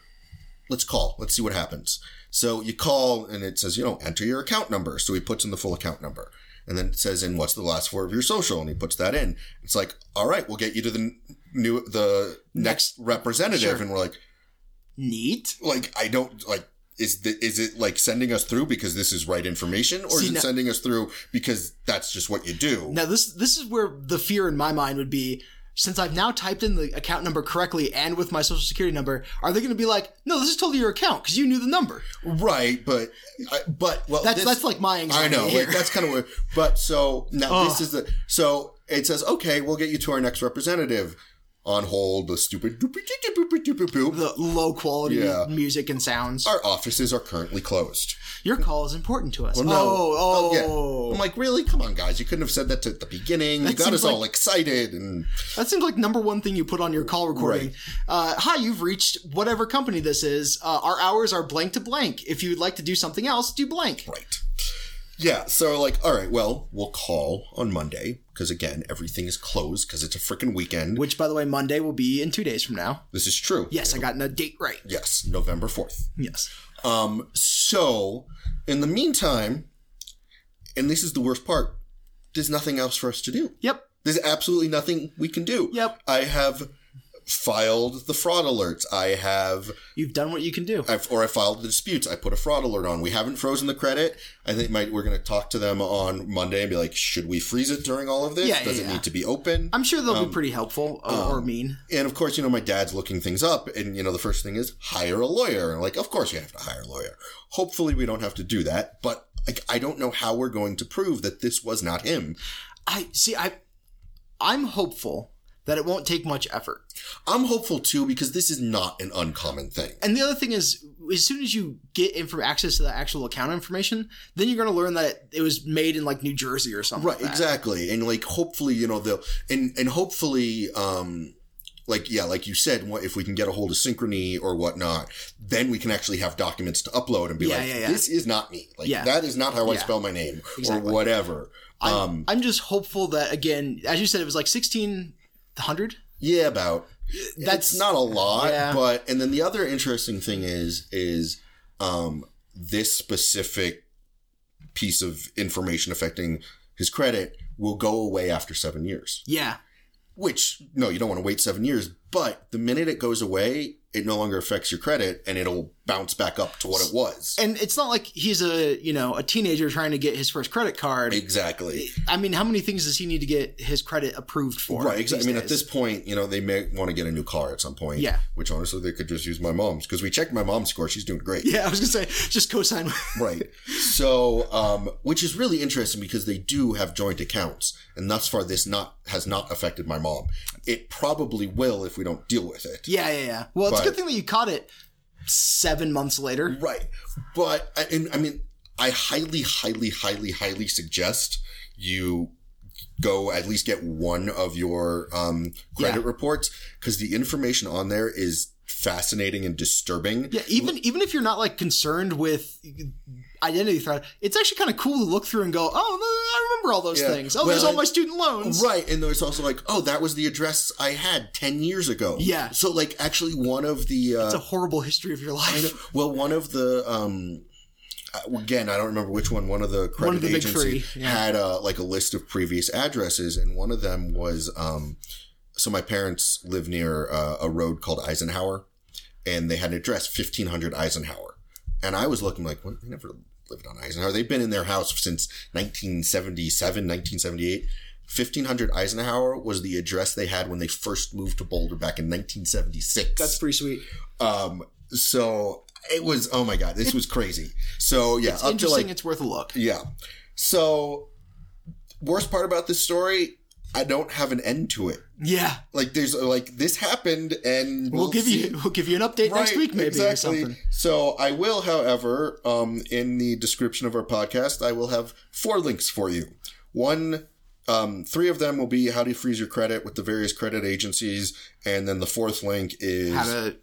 Speaker 2: let's call, let's see what happens. So you call and it says, you know, enter your account number. So he puts in the full account number. And then it says, in what's the last four of your social? And he puts that in. It's like, all right, we'll get you to the n- new, the next representative.
Speaker 1: Sure.
Speaker 2: And we're like,
Speaker 1: Neat.
Speaker 2: like, I don't like. Is, the, is it like sending us through because this is right information, or
Speaker 1: See,
Speaker 2: is it
Speaker 1: now-
Speaker 2: sending us through because that's just what you do?
Speaker 1: Now this this is where the fear in my mind would be since I've now typed in the account number correctly and with my social security number, are they going to be like, no, this is totally your account because you knew the number?
Speaker 2: Right, but I- but well,
Speaker 1: That's
Speaker 2: this-
Speaker 1: that's like my
Speaker 2: I
Speaker 1: anxiety.
Speaker 2: know
Speaker 1: here. *laughs*
Speaker 2: like, that's kind of weird. But so now this
Speaker 1: Ugh.
Speaker 2: is the so it says okay, we'll get you to our next representative. On hold, the stupid. doop, doop, doop, doop, doop, doop, doop.
Speaker 1: the low quality
Speaker 2: Yeah.
Speaker 1: music and sounds.
Speaker 2: Our offices are currently closed.
Speaker 1: Your call is important to us.
Speaker 2: Well, no.
Speaker 1: Oh, oh,
Speaker 2: yeah. I'm like, really? Come on, guys! You couldn't have said that at the beginning. you
Speaker 1: That
Speaker 2: got
Speaker 1: seems
Speaker 2: us all excited, and
Speaker 1: that seems like number one thing you put on your call recording. Uh, hi, you've reached whatever company this is. Uh, our hours are blank to blank. If you would like to do something else, do blank.
Speaker 2: right. Yeah. So like, all right. Well, we'll call on Monday because again, everything is closed because it's a freaking weekend.
Speaker 1: Which, by the way, Monday will be in two days from now.
Speaker 2: this is true.
Speaker 1: Yes, I got a date right.
Speaker 2: Yes. November fourth.
Speaker 1: Yes.
Speaker 2: Um, so, in the meantime, and this is the worst part, there's nothing else for us to do.
Speaker 1: Yep.
Speaker 2: There's absolutely nothing we can do.
Speaker 1: Yep.
Speaker 2: I have filed the fraud alerts. I have,
Speaker 1: You've done what you can do.
Speaker 2: I've or I filed the disputes. I put a fraud alert on. We haven't frozen the credit. I think might we're going to talk to them on Monday and be like, should we freeze it during all of this?
Speaker 1: Yeah, yeah,
Speaker 2: Does it
Speaker 1: yeah.
Speaker 2: need to be open?
Speaker 1: I'm sure they'll be pretty helpful or, or mean.
Speaker 2: and of course, you know, my dad's looking things up, and you know, the first thing is hire a lawyer. And like, of course, you have to hire a lawyer. Hopefully, we don't have to do that, but like, I don't know how we're going to prove that this was not him.
Speaker 1: I see. I I'm hopeful that it won't take much effort.
Speaker 2: I'm hopeful too because this is not an uncommon thing.
Speaker 1: And the other thing is, as soon as you get in from access to the actual account information, then you're going to learn that it was made in like New Jersey or something.
Speaker 2: Right,
Speaker 1: like that.
Speaker 2: exactly. And like, hopefully, you know, they'll and and hopefully, um, like yeah, like you said, what if we can get a hold of Synchrony or whatnot, then we can actually have documents to upload and be
Speaker 1: Yeah,
Speaker 2: like,
Speaker 1: yeah, yeah.
Speaker 2: this is not me. Like
Speaker 1: Yeah.
Speaker 2: that is not how I
Speaker 1: Yeah.
Speaker 2: spell my name
Speaker 1: Exactly.
Speaker 2: or whatever.
Speaker 1: I'm,
Speaker 2: um,
Speaker 1: I'm just hopeful that again, as you said, it was like 1600.
Speaker 2: Yeah, about.
Speaker 1: That's-
Speaker 2: That's not a lot,
Speaker 1: yeah.
Speaker 2: but and then the other interesting thing is is um this specific piece of information affecting his credit will go away after 7 years.
Speaker 1: Yeah.
Speaker 2: Which no, you don't want to wait 7 years, but the minute it goes away, it no longer affects your credit and it'll bounce back up to what it was.
Speaker 1: And it's not like he's a, you know, a teenager trying to get his first credit card.
Speaker 2: Exactly.
Speaker 1: I mean, how many things does he need to get his credit approved for?
Speaker 2: Right, exactly.
Speaker 1: these
Speaker 2: I mean, at
Speaker 1: days?
Speaker 2: this point, you know, they may want to get a new car at some point.
Speaker 1: Yeah.
Speaker 2: Which honestly, they could just use my mom's because we checked my mom's score. She's doing great.
Speaker 1: Yeah, I was going to say, just co-sign.
Speaker 2: *laughs* Right. So, um, which is really interesting because they do have joint accounts, and thus far, this not has not affected my mom. It probably will if we don't deal with it.
Speaker 1: yeah, yeah, yeah. Well, it's a
Speaker 2: But-
Speaker 1: good thing that you caught it seven months later.
Speaker 2: Right. But I- and I mean, I highly, highly, highly, highly suggest you go at least get one of your um, credit
Speaker 1: Yeah.
Speaker 2: reports because the information on there is fascinating and disturbing.
Speaker 1: Yeah, even even if you're not like concerned with identity threat, it's actually kind of cool to look through and go, "Oh, I remember all those
Speaker 2: Yeah.
Speaker 1: things. Oh,
Speaker 2: Well,
Speaker 1: there's all
Speaker 2: and-
Speaker 1: my student loans."
Speaker 2: Right, and there's also like, oh, that was the address I had ten years ago.
Speaker 1: Yeah.
Speaker 2: So like, actually, one of the
Speaker 1: It's a
Speaker 2: uh,
Speaker 1: horrible history of your
Speaker 2: I know-
Speaker 1: life.
Speaker 2: well, one of the um, uh, again, I don't remember which one. One of the credit
Speaker 1: One of the big
Speaker 2: agencies
Speaker 1: three, yeah.
Speaker 2: had uh, like a list of previous addresses, and one of them was um, so my parents live near uh, a road called Eisenhower, and they had an address fifteen hundred Eisenhower, and I was looking like, what? They never lived on Eisenhower. They've been in their house since 1977, 1978. 1500 Eisenhower was the address they had when they first moved to Boulder back in 1976.
Speaker 1: That's pretty sweet.
Speaker 2: Um, so it was, oh my God, this was crazy. So yeah, up to
Speaker 1: Interesting.
Speaker 2: like,
Speaker 1: it's worth a look.
Speaker 2: yeah. So worst part about this story, I don't have an end to it.
Speaker 1: Yeah,
Speaker 2: Like there's like this happened and
Speaker 1: we'll, give *laughs*
Speaker 2: see-
Speaker 1: you we'll give you an update next
Speaker 2: Right,
Speaker 1: week, maybe or something.
Speaker 2: So I will, however, um, in the description of our podcast, I will have four links for you. One, um, three of them will be how to freeze your credit with the various credit agencies, and then the fourth link is
Speaker 1: How to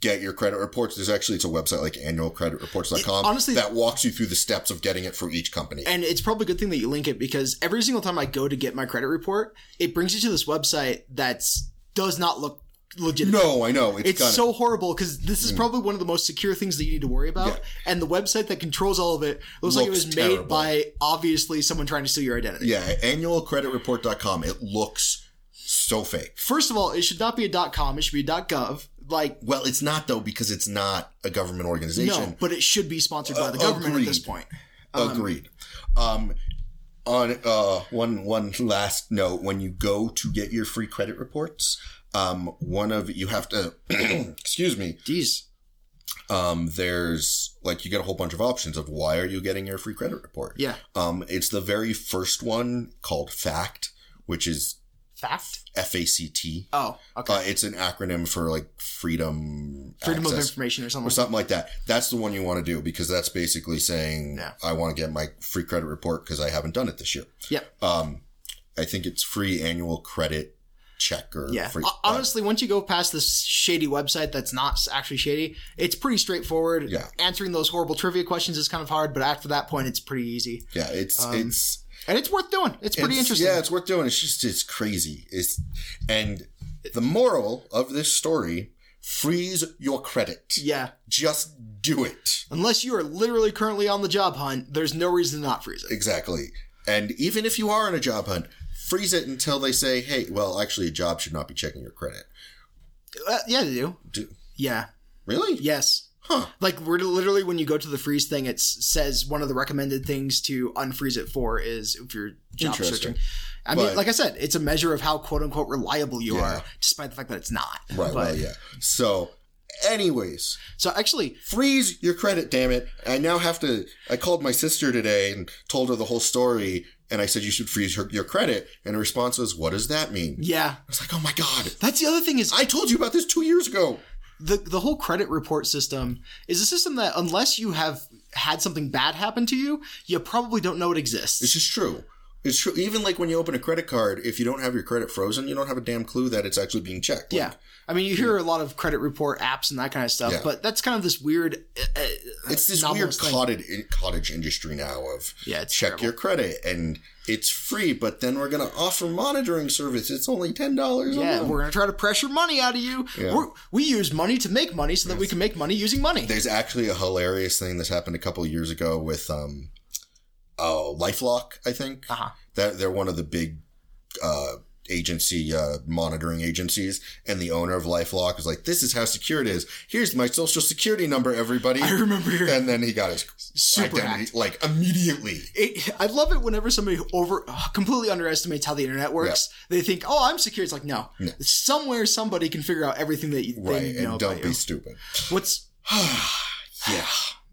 Speaker 2: get your credit reports. There's actually it's a website like annualcreditreports.com
Speaker 1: It- honestly-
Speaker 2: that walks you through the steps of getting it for each company.
Speaker 1: and it's probably a good thing that you link it because every single time I go to get my credit report, it brings you to this website that's does not look legitimate.
Speaker 2: no, I know it's,
Speaker 1: It's
Speaker 2: gonna-
Speaker 1: so horrible because this is probably one of the most secure things that you need to worry about.
Speaker 2: Mm. Yeah.
Speaker 1: And the website that controls all of it looks like it
Speaker 2: Looks
Speaker 1: was made
Speaker 2: terrible.
Speaker 1: by obviously someone trying to steal your identity.
Speaker 2: yeah annualcreditreport.com. It looks so fake.
Speaker 1: First of all, it should not be a .com. It should be a .gov. Like
Speaker 2: Well, it's not though because it's not a government organization.
Speaker 1: no, um, but it should be sponsored by the
Speaker 2: Uh,
Speaker 1: government at this
Speaker 2: agreed.
Speaker 1: point.
Speaker 2: Agreed. Um, on uh, one one last note when you go to get your free credit reports um, one of you have to *clears throat* excuse me
Speaker 1: Jeez.
Speaker 2: um, there's like you get a whole bunch of options of why are you getting your free credit report
Speaker 1: Yeah.
Speaker 2: um, it's the very first one called fact which is
Speaker 1: Fact?
Speaker 2: f-a-c-t
Speaker 1: Oh, okay.
Speaker 2: uh, it's an acronym for like freedom
Speaker 1: Freedom of
Speaker 2: access
Speaker 1: information or something.
Speaker 2: or
Speaker 1: like that.
Speaker 2: something like that. That's the one you want to do because that's basically saying
Speaker 1: Yeah.
Speaker 2: I want to get my free credit report because I haven't done it this year.
Speaker 1: Yep.
Speaker 2: Um, I think it's free annual credit check or
Speaker 1: Yeah.
Speaker 2: Free,
Speaker 1: Ho- Honestly, once you go past this shady website that's not s- actually shady, it's pretty straightforward.
Speaker 2: Yeah.
Speaker 1: Answering those horrible trivia questions is kind of hard, but after that point, it's pretty easy.
Speaker 2: yeah, it's
Speaker 1: Um,
Speaker 2: it's
Speaker 1: And it's worth doing. It's pretty
Speaker 2: it's-
Speaker 1: interesting.
Speaker 2: Yeah, it's worth doing. It's just it's crazy. It's and the moral of this story: freeze your credit.
Speaker 1: yeah.
Speaker 2: Just do it.
Speaker 1: Unless you are literally currently on the job hunt, there's no reason to not freeze it.
Speaker 2: Exactly. And even if you are on a job hunt, freeze it until they say, "Hey, well, actually, a job should not be checking your credit."
Speaker 1: Uh, yeah, they do.
Speaker 2: Do,
Speaker 1: Yeah.
Speaker 2: really?
Speaker 1: Yes.
Speaker 2: Huh.
Speaker 1: Like we're literally when you go to the freeze thing, it s- says one of the recommended things to unfreeze it for is if you're job
Speaker 2: Interesting.
Speaker 1: searching. I
Speaker 2: But-
Speaker 1: mean, like I said, it's a measure of how quote unquote reliable you
Speaker 2: Yeah.
Speaker 1: are, despite the fact that it's not.
Speaker 2: Right.
Speaker 1: But-
Speaker 2: well, yeah. So, anyways,
Speaker 1: So actually,
Speaker 2: freeze your credit, damn it! I now have to. I called my sister today and told her the whole story, and I said you should freeze her, your credit, and her response was, "What does that mean?" I
Speaker 1: yeah,
Speaker 2: was like, "Oh my god,
Speaker 1: that's the other thing is
Speaker 2: I told you about this two years ago."
Speaker 1: the the whole credit report system is a system that unless you have had something bad happen to you, you probably don't know it exists.
Speaker 2: It's just true. It's true. Even like when you open a credit card, if you don't have your credit frozen, you don't have a damn clue that it's actually being checked. Like,
Speaker 1: Yeah. I mean, you hear a lot of credit report apps and that kind of stuff,
Speaker 2: Hmm. Yeah.
Speaker 1: but that's kind of this weird. Uh, uh,
Speaker 2: it's this
Speaker 1: anomalous
Speaker 2: weird
Speaker 1: thing.
Speaker 2: cottage cottage industry now of
Speaker 1: Yeah, it's
Speaker 2: check
Speaker 1: terrible.
Speaker 2: your credit and it's free, but then we're gonna offer monitoring service. It's only ten dollars.
Speaker 1: Yeah,
Speaker 2: a month.
Speaker 1: we're gonna try to pressure money out of you.
Speaker 2: Yeah.
Speaker 1: We're, we use money to make money, so that we can make money using money.
Speaker 2: There's actually a hilarious thing that's happened a couple of years ago with um, oh, LifeLock. I think
Speaker 1: Uh-huh.
Speaker 2: that they're one of the big uh agency uh monitoring agencies and the owner of lifelock was like this is how secure it is here's my social security number everybody
Speaker 1: I remember.
Speaker 2: and then he got his
Speaker 1: Super
Speaker 2: identity like immediately
Speaker 1: It, I love it whenever somebody over ugh, completely underestimates how the internet works. They think, "Oh, I'm secure." It's like, no, somewhere somebody can figure out everything that you,
Speaker 2: right
Speaker 1: they know
Speaker 2: and don't
Speaker 1: about
Speaker 2: be
Speaker 1: you.
Speaker 2: stupid
Speaker 1: What's
Speaker 2: yeah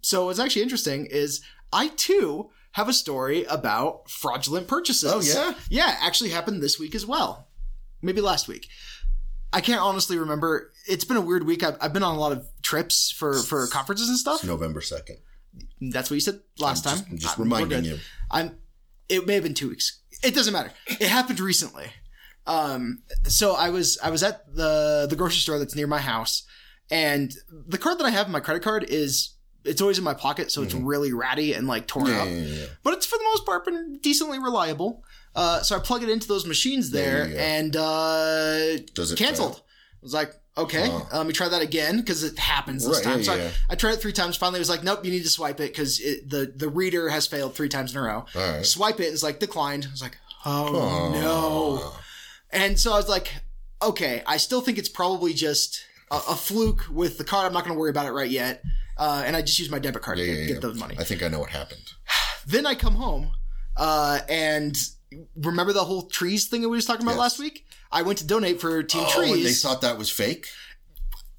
Speaker 1: so? What's actually interesting is I too have a story about fraudulent purchases.
Speaker 2: Oh, yeah?
Speaker 1: yeah, actually happened this week as well. Maybe last week. I can't honestly remember. It's been a weird week. I've, I've been on a lot of trips for for conferences and stuff.
Speaker 2: November 2nd.
Speaker 1: That's what you said last
Speaker 2: I'm just-
Speaker 1: time.
Speaker 2: I'm just
Speaker 1: Uh, we're
Speaker 2: reminding
Speaker 1: good.
Speaker 2: you.
Speaker 1: I'm. It may have been two weeks. It doesn't matter. It happened recently. Um. So I was I was at the the grocery store that's near my house, and the card that I have in my credit card is it's always in my pocket, so it's really ratty and like torn
Speaker 2: Mm-hmm. Yeah,
Speaker 1: up.
Speaker 2: yeah, yeah.
Speaker 1: But it's for the most part been decently reliable. Uh. So I plug it into those machines there,
Speaker 2: yeah, yeah.
Speaker 1: and uh,
Speaker 2: Does it
Speaker 1: canceled.
Speaker 2: fail?
Speaker 1: I was like, okay, uh, let me try that again because it happens this
Speaker 2: Right,
Speaker 1: time.
Speaker 2: yeah,
Speaker 1: so I-
Speaker 2: yeah.
Speaker 1: I, tried it three times. Finally, it was like, nope, you need to swipe it because the the reader has failed three times in a row.
Speaker 2: All right.
Speaker 1: Swipe it. It's like declined. I was like, oh no.
Speaker 2: Ah.
Speaker 1: And so I was like, okay, I still think it's probably just a, a fluke with the card. I'm not going to worry about it right yet. Uh, and I just use my debit card
Speaker 2: Yeah,
Speaker 1: to
Speaker 2: yeah,
Speaker 1: get,
Speaker 2: yeah.
Speaker 1: get the money.
Speaker 2: I think I know what happened.
Speaker 1: Then I come home uh, and remember the whole trees thing that we was talking about
Speaker 2: Yes.
Speaker 1: last week. I went to donate for Team
Speaker 2: Oh, and
Speaker 1: Trees
Speaker 2: they thought that was fake?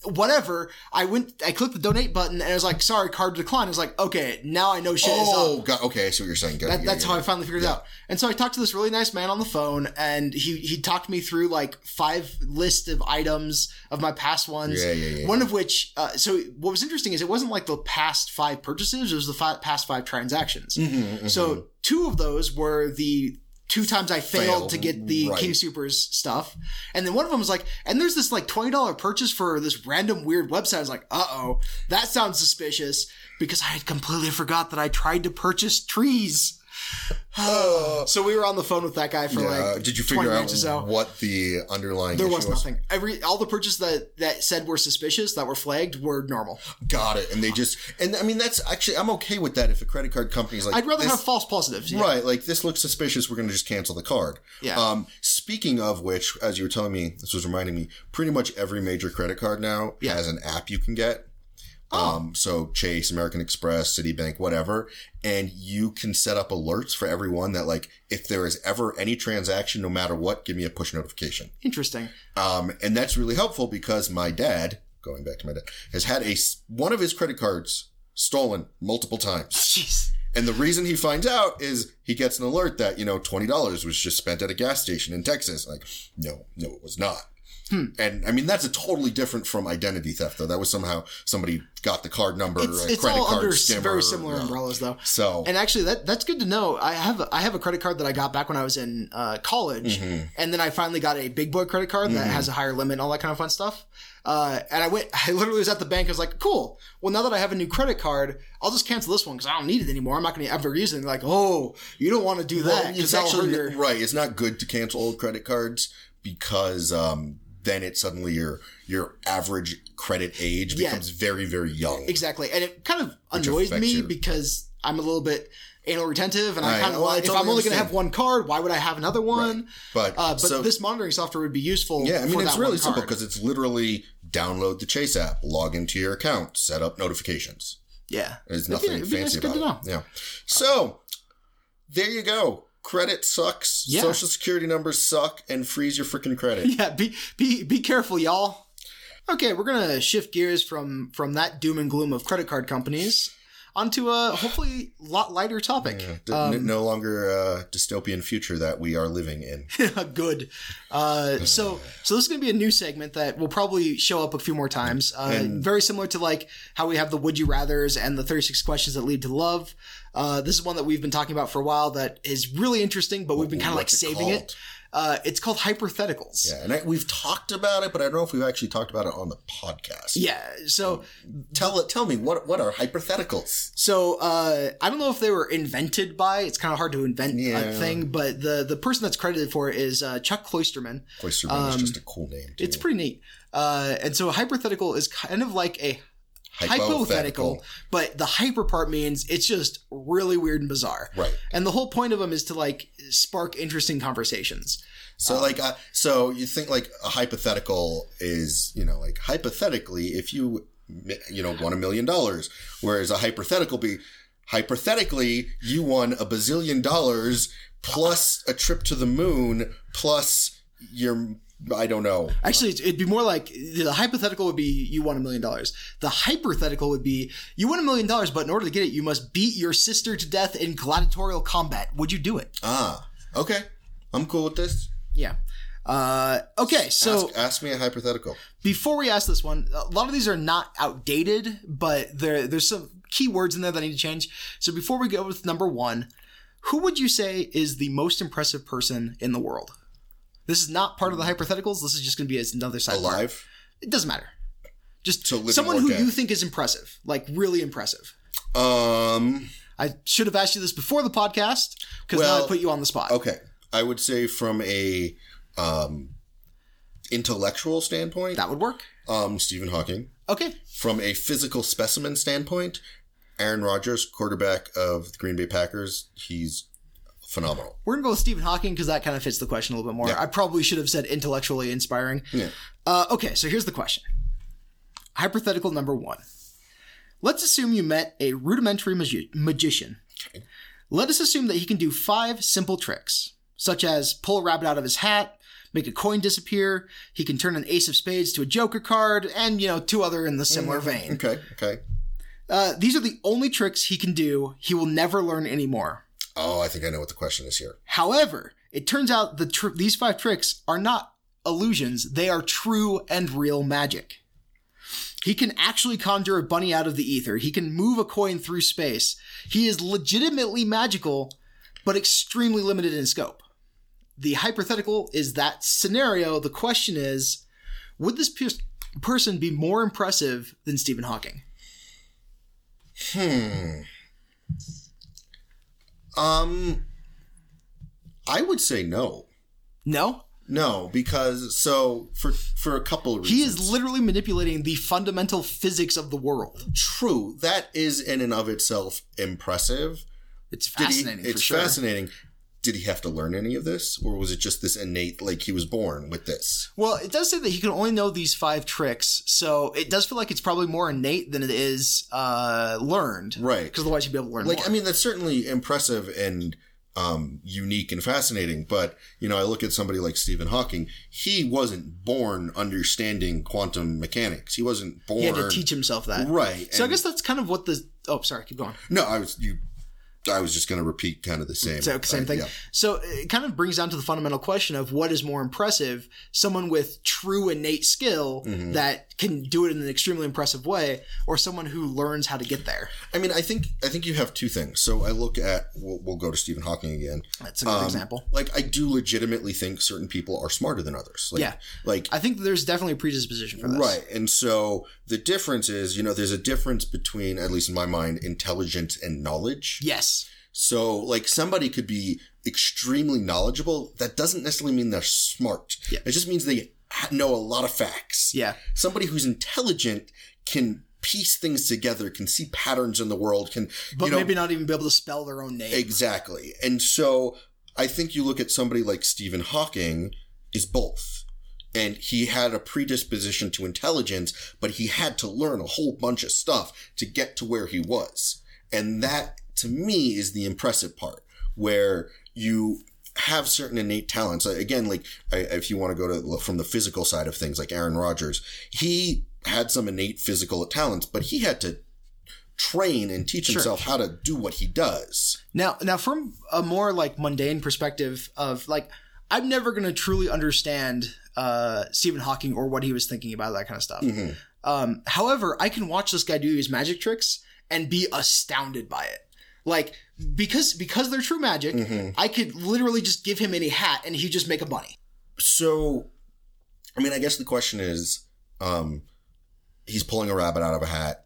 Speaker 1: whatever. I went, I clicked the donate button and I was like, sorry, card declined. I was like, okay, now I know shit is
Speaker 2: Oh,
Speaker 1: up.
Speaker 2: God. Okay, I see what you're saying. Got it,
Speaker 1: That,
Speaker 2: yeah,
Speaker 1: that's
Speaker 2: yeah,
Speaker 1: how I
Speaker 2: yeah.
Speaker 1: finally figured it out. And so I talked to this really nice man on the phone and he, he talked me through like five list of items of my past ones.
Speaker 2: Yeah, yeah, yeah.
Speaker 1: One of which, uh, so what was interesting is it wasn't like the past five purchases, it was the fi- past five transactions.
Speaker 2: Mm-hmm,
Speaker 1: So two of those were the two times I failed,
Speaker 2: Failed,
Speaker 1: to get the
Speaker 2: right.
Speaker 1: King Supers stuff. And then one of them was like, and there's this like $20 purchase for this random weird website. I was like, uh oh, that sounds suspicious because I had completely forgot that I tried to purchase trees. so we were on the phone with that guy for
Speaker 2: Uh,
Speaker 1: like
Speaker 2: did you
Speaker 1: 20
Speaker 2: figure out
Speaker 1: minutes or so.
Speaker 2: what the underlying
Speaker 1: There
Speaker 2: issue
Speaker 1: was nothing. Every all the purchases that that said were suspicious that were flagged were normal.
Speaker 2: Got it. And they just, and I mean, that's actually, I'm okay with that if a credit card company's like,
Speaker 1: I'd rather
Speaker 2: this-
Speaker 1: have false positives. yeah.
Speaker 2: Right, like this looks suspicious. We're going to just cancel the card.
Speaker 1: Yeah.
Speaker 2: Um, speaking of which, as you were telling me, this was reminding me. Pretty much every major credit card now
Speaker 1: Yeah. Oh.
Speaker 2: has an app you can get. Um, so Chase, American Express, Citibank, whatever. And you can set up alerts for everyone that like, if there is ever any transaction, no matter what, give me a push notification.
Speaker 1: Interesting.
Speaker 2: Um, and that's really helpful because my dad, going back to my dad, has had a s- one of his credit cards stolen
Speaker 1: *laughs*
Speaker 2: multiple times.
Speaker 1: Jeez.
Speaker 2: And the reason he finds out is he gets an alert that, you know, $20 was just spent at a gas station in Texas. Like, no, no, it was not.
Speaker 1: Hmm.
Speaker 2: And I mean, that's a totally different from identity theft, though. That was somehow somebody got the card number,
Speaker 1: It's,
Speaker 2: a
Speaker 1: it's
Speaker 2: credit
Speaker 1: all
Speaker 2: card
Speaker 1: under s-
Speaker 2: skimmer,
Speaker 1: very similar
Speaker 2: uh,
Speaker 1: umbrellas though.
Speaker 2: So,
Speaker 1: And actually, that that's good to know. I have a, I have a credit card that I got back when I was in uh, college,
Speaker 2: Mm-hmm.
Speaker 1: and then I finally got a big boy credit card that has a higher limit and all that kind of fun stuff. Uh, and I went, *laughs* I literally was at the bank. I was like, "Cool. Well, now that I have a new credit card, I'll just cancel this one because I don't need it anymore. I'm not going to ever use it." And they're like, "Oh, you don't want to do
Speaker 2: Well,
Speaker 1: that
Speaker 2: it's
Speaker 1: because actually
Speaker 2: actually
Speaker 1: your,
Speaker 2: right. It's not good to cancel old credit cards because um, then it's suddenly your your average credit age
Speaker 1: Yeah.
Speaker 2: becomes very very young.
Speaker 1: exactly." And it kind of annoys
Speaker 2: affects
Speaker 1: me
Speaker 2: your-
Speaker 1: because I'm a little bit anal retentive, and I
Speaker 2: Right.
Speaker 1: kind of
Speaker 2: Well, I
Speaker 1: like, if I'm
Speaker 2: totally
Speaker 1: only going to
Speaker 2: understand.
Speaker 1: have one card, why would I have another one?
Speaker 2: But
Speaker 1: Uh, but
Speaker 2: so-
Speaker 1: this monitoring software would be useful.
Speaker 2: Yeah, I mean
Speaker 1: for
Speaker 2: it's
Speaker 1: that
Speaker 2: really
Speaker 1: one
Speaker 2: simple
Speaker 1: card.
Speaker 2: because it's literally download the Chase app, log into your account, set up notifications.
Speaker 1: yeah, It'd
Speaker 2: There's
Speaker 1: be-
Speaker 2: nothing
Speaker 1: it'd be
Speaker 2: fancy
Speaker 1: nice- good
Speaker 2: about
Speaker 1: to know.
Speaker 2: it. Yeah. So there you go. Credit sucks.
Speaker 1: Yeah.
Speaker 2: Social security numbers suck, and freeze your freaking
Speaker 1: *laughs*
Speaker 2: credit.
Speaker 1: *laughs* yeah be be be careful y'all okay we're gonna shift gears from from that doom and gloom of credit card companies onto a hopefully lot lighter topic
Speaker 2: D- n-
Speaker 1: Um,
Speaker 2: no longer uh, dystopian future that we are
Speaker 1: *laughs*
Speaker 2: living in.
Speaker 1: *laughs* good uh so so this is gonna be a new segment that will probably show up a few more times uh
Speaker 2: And-
Speaker 1: very similar to like how we have the would you rathers and the 36 questions that lead to love uh this is one that we've been talking about for a while that is really interesting but we've been kind of like
Speaker 2: What's it
Speaker 1: saving
Speaker 2: called?
Speaker 1: it uh it's called hypotheticals
Speaker 2: Yeah, and I, we've talked about it, but I don't know if we've actually talked about it on the podcast.
Speaker 1: yeah so
Speaker 2: Hmm. Tell tell me what what are hypotheticals?
Speaker 1: So uh, I don't know if they were invented by. It's kind of hard to invent a
Speaker 2: Yeah.
Speaker 1: thing, but the the person that's credited for it is uh, Chuck Cloisterman.
Speaker 2: Cloisterman is just a cool name. too.
Speaker 1: Um, It's pretty neat. Uh, and so hypothetical is kind of like a hypothetical, but the hyper part means it's just really weird and bizarre.
Speaker 2: Right.
Speaker 1: And the whole point of them is to like spark interesting conversations.
Speaker 2: So
Speaker 1: Uh-huh.
Speaker 2: like uh, so you think like a hypothetical is you know like hypothetically if you you know won a million dollars, whereas a hypothetical be hypothetically you won a bazillion dollars plus a trip to the moon plus your I don't know
Speaker 1: Actually, it's- it'd be more like the hypothetical would be you won a million dollars. The hypothetical would be you won a million dollars, but in order to get it, you must beat your sister to death in gladiatorial combat. Would you do it?
Speaker 2: ah okay I'm cool with this.
Speaker 1: Yeah. Uh, okay, so
Speaker 2: ask, ask me a hypothetical.
Speaker 1: before we ask this one, a lot of these are not outdated, but there there's some key words in there that I need to change. So before we go with number one, who would you say is the most impressive person in the world? This is not part of the hypotheticals. This is just going to be another side. part.
Speaker 2: Alive.
Speaker 1: It doesn't matter. Just
Speaker 2: So living
Speaker 1: someone
Speaker 2: or
Speaker 1: who
Speaker 2: dead.
Speaker 1: you think is impressive, like really impressive.
Speaker 2: Um.
Speaker 1: I should have asked you this before the podcast because now
Speaker 2: Well,
Speaker 1: I put you on the spot.
Speaker 2: Okay. I would say from a um intellectual standpoint,
Speaker 1: That would work.
Speaker 2: um Stephen Hawking.
Speaker 1: Okay.
Speaker 2: From a physical specimen standpoint, Aaron Rodgers, quarterback of the Green Bay Packers, he's phenomenal.
Speaker 1: We're gonna go with Stephen Hawking because that kind of fits the question a little bit more.
Speaker 2: Yeah.
Speaker 1: I probably should have said intellectually inspiring.
Speaker 2: Yeah.
Speaker 1: Uh, okay, so here's the question. Hypothetical number one. Let's assume you met a rudimentary magi- magician. Let us assume that he can do five simple tricks, such as pull a rabbit out of his hat, make a coin disappear, he can turn an ace of spades to a joker card, and, you know, two other in the similar vein.
Speaker 2: Mm-hmm. Okay. Okay.
Speaker 1: Uh, these are the only tricks he can do. He will never learn any more.
Speaker 2: Oh, I think I know what the question is here.
Speaker 1: However, it turns out the tr- these five tricks are not illusions; they are true and real magic. He can actually conjure a bunny out of the ether. He can move a coin through space. He is legitimately magical, but extremely limited in scope. The hypothetical is that scenario. The question is, would this pe- person be more impressive than Stephen Hawking?
Speaker 2: Um I would say no.
Speaker 1: No,
Speaker 2: No, because so for for a couple of reasons.
Speaker 1: he is literally manipulating the fundamental physics of the world.
Speaker 2: true. That is in and of itself impressive.
Speaker 1: It's
Speaker 2: Did he-
Speaker 1: fascinating.
Speaker 2: it's
Speaker 1: for sure.
Speaker 2: fascinating. did he have to learn any of this, or was it just this innate like he was born with this?
Speaker 1: Well, it does say that he can only know these five tricks, so it does feel like it's probably more innate than it is uh, learned.
Speaker 2: Right.
Speaker 1: Because otherwise you'd be able to learn
Speaker 2: Like,
Speaker 1: more.
Speaker 2: I mean, that's certainly impressive and um, unique and fascinating. But you know, I look at somebody like Stephen Hawking. He wasn't born understanding quantum mechanics. He wasn't born.
Speaker 1: he had to teach himself that.
Speaker 2: Right.
Speaker 1: So I
Speaker 2: and-
Speaker 1: guess that's kind of what the. Oh, sorry, keep going.
Speaker 2: no, I was you. I was just going to repeat kind of the same.
Speaker 1: So, same
Speaker 2: uh,
Speaker 1: thing.
Speaker 2: yeah.
Speaker 1: So it kind of brings down to the fundamental question of what is more impressive: someone with true innate skill
Speaker 2: Mm-hmm.
Speaker 1: that can do it in an extremely impressive way, or someone who learns how to get there.
Speaker 2: I mean, I think I think you have two things. So I look at we'll, we'll go to Stephen Hawking again.
Speaker 1: That's a good
Speaker 2: Um,
Speaker 1: example.
Speaker 2: Like I do legitimately think certain people are smarter than others. Like,
Speaker 1: Yeah.
Speaker 2: Like
Speaker 1: I think there's definitely a predisposition for this.
Speaker 2: right. And so the difference is, you know, there's a difference between, at least in my mind, intelligence and knowledge.
Speaker 1: Yes.
Speaker 2: So like somebody could be extremely knowledgeable. That doesn't necessarily mean they're smart.
Speaker 1: Yeah.
Speaker 2: It just means they ha- know a lot of facts.
Speaker 1: Yeah.
Speaker 2: Somebody who's intelligent can piece things together, can see patterns in the world, can
Speaker 1: But
Speaker 2: you know,
Speaker 1: maybe not even be able to spell their own name.
Speaker 2: Exactly. And so I think you look at somebody like Stephen Hawking is both. And he had a predisposition to intelligence, but he had to learn a whole bunch of stuff to get to where he was. And that to me is the impressive part where you have certain innate talents. Uh, Again, like I, if you want to go to look from the physical side of things, like Aaron Rodgers, he had some innate physical talents, but he had to train and teach
Speaker 1: Sure.
Speaker 2: himself how to do what he does.
Speaker 1: Now, now from a more like mundane perspective of like, I'm never going to truly understand uh, Stephen Hawking or what he was thinking about that kind of stuff. Um, however, I can watch this guy do his magic tricks and be astounded by it. Like because because they're true magic, I could literally just give him any hat and he'd just make a bunny.
Speaker 2: so i mean i guess the question is um he's pulling a rabbit out of a hat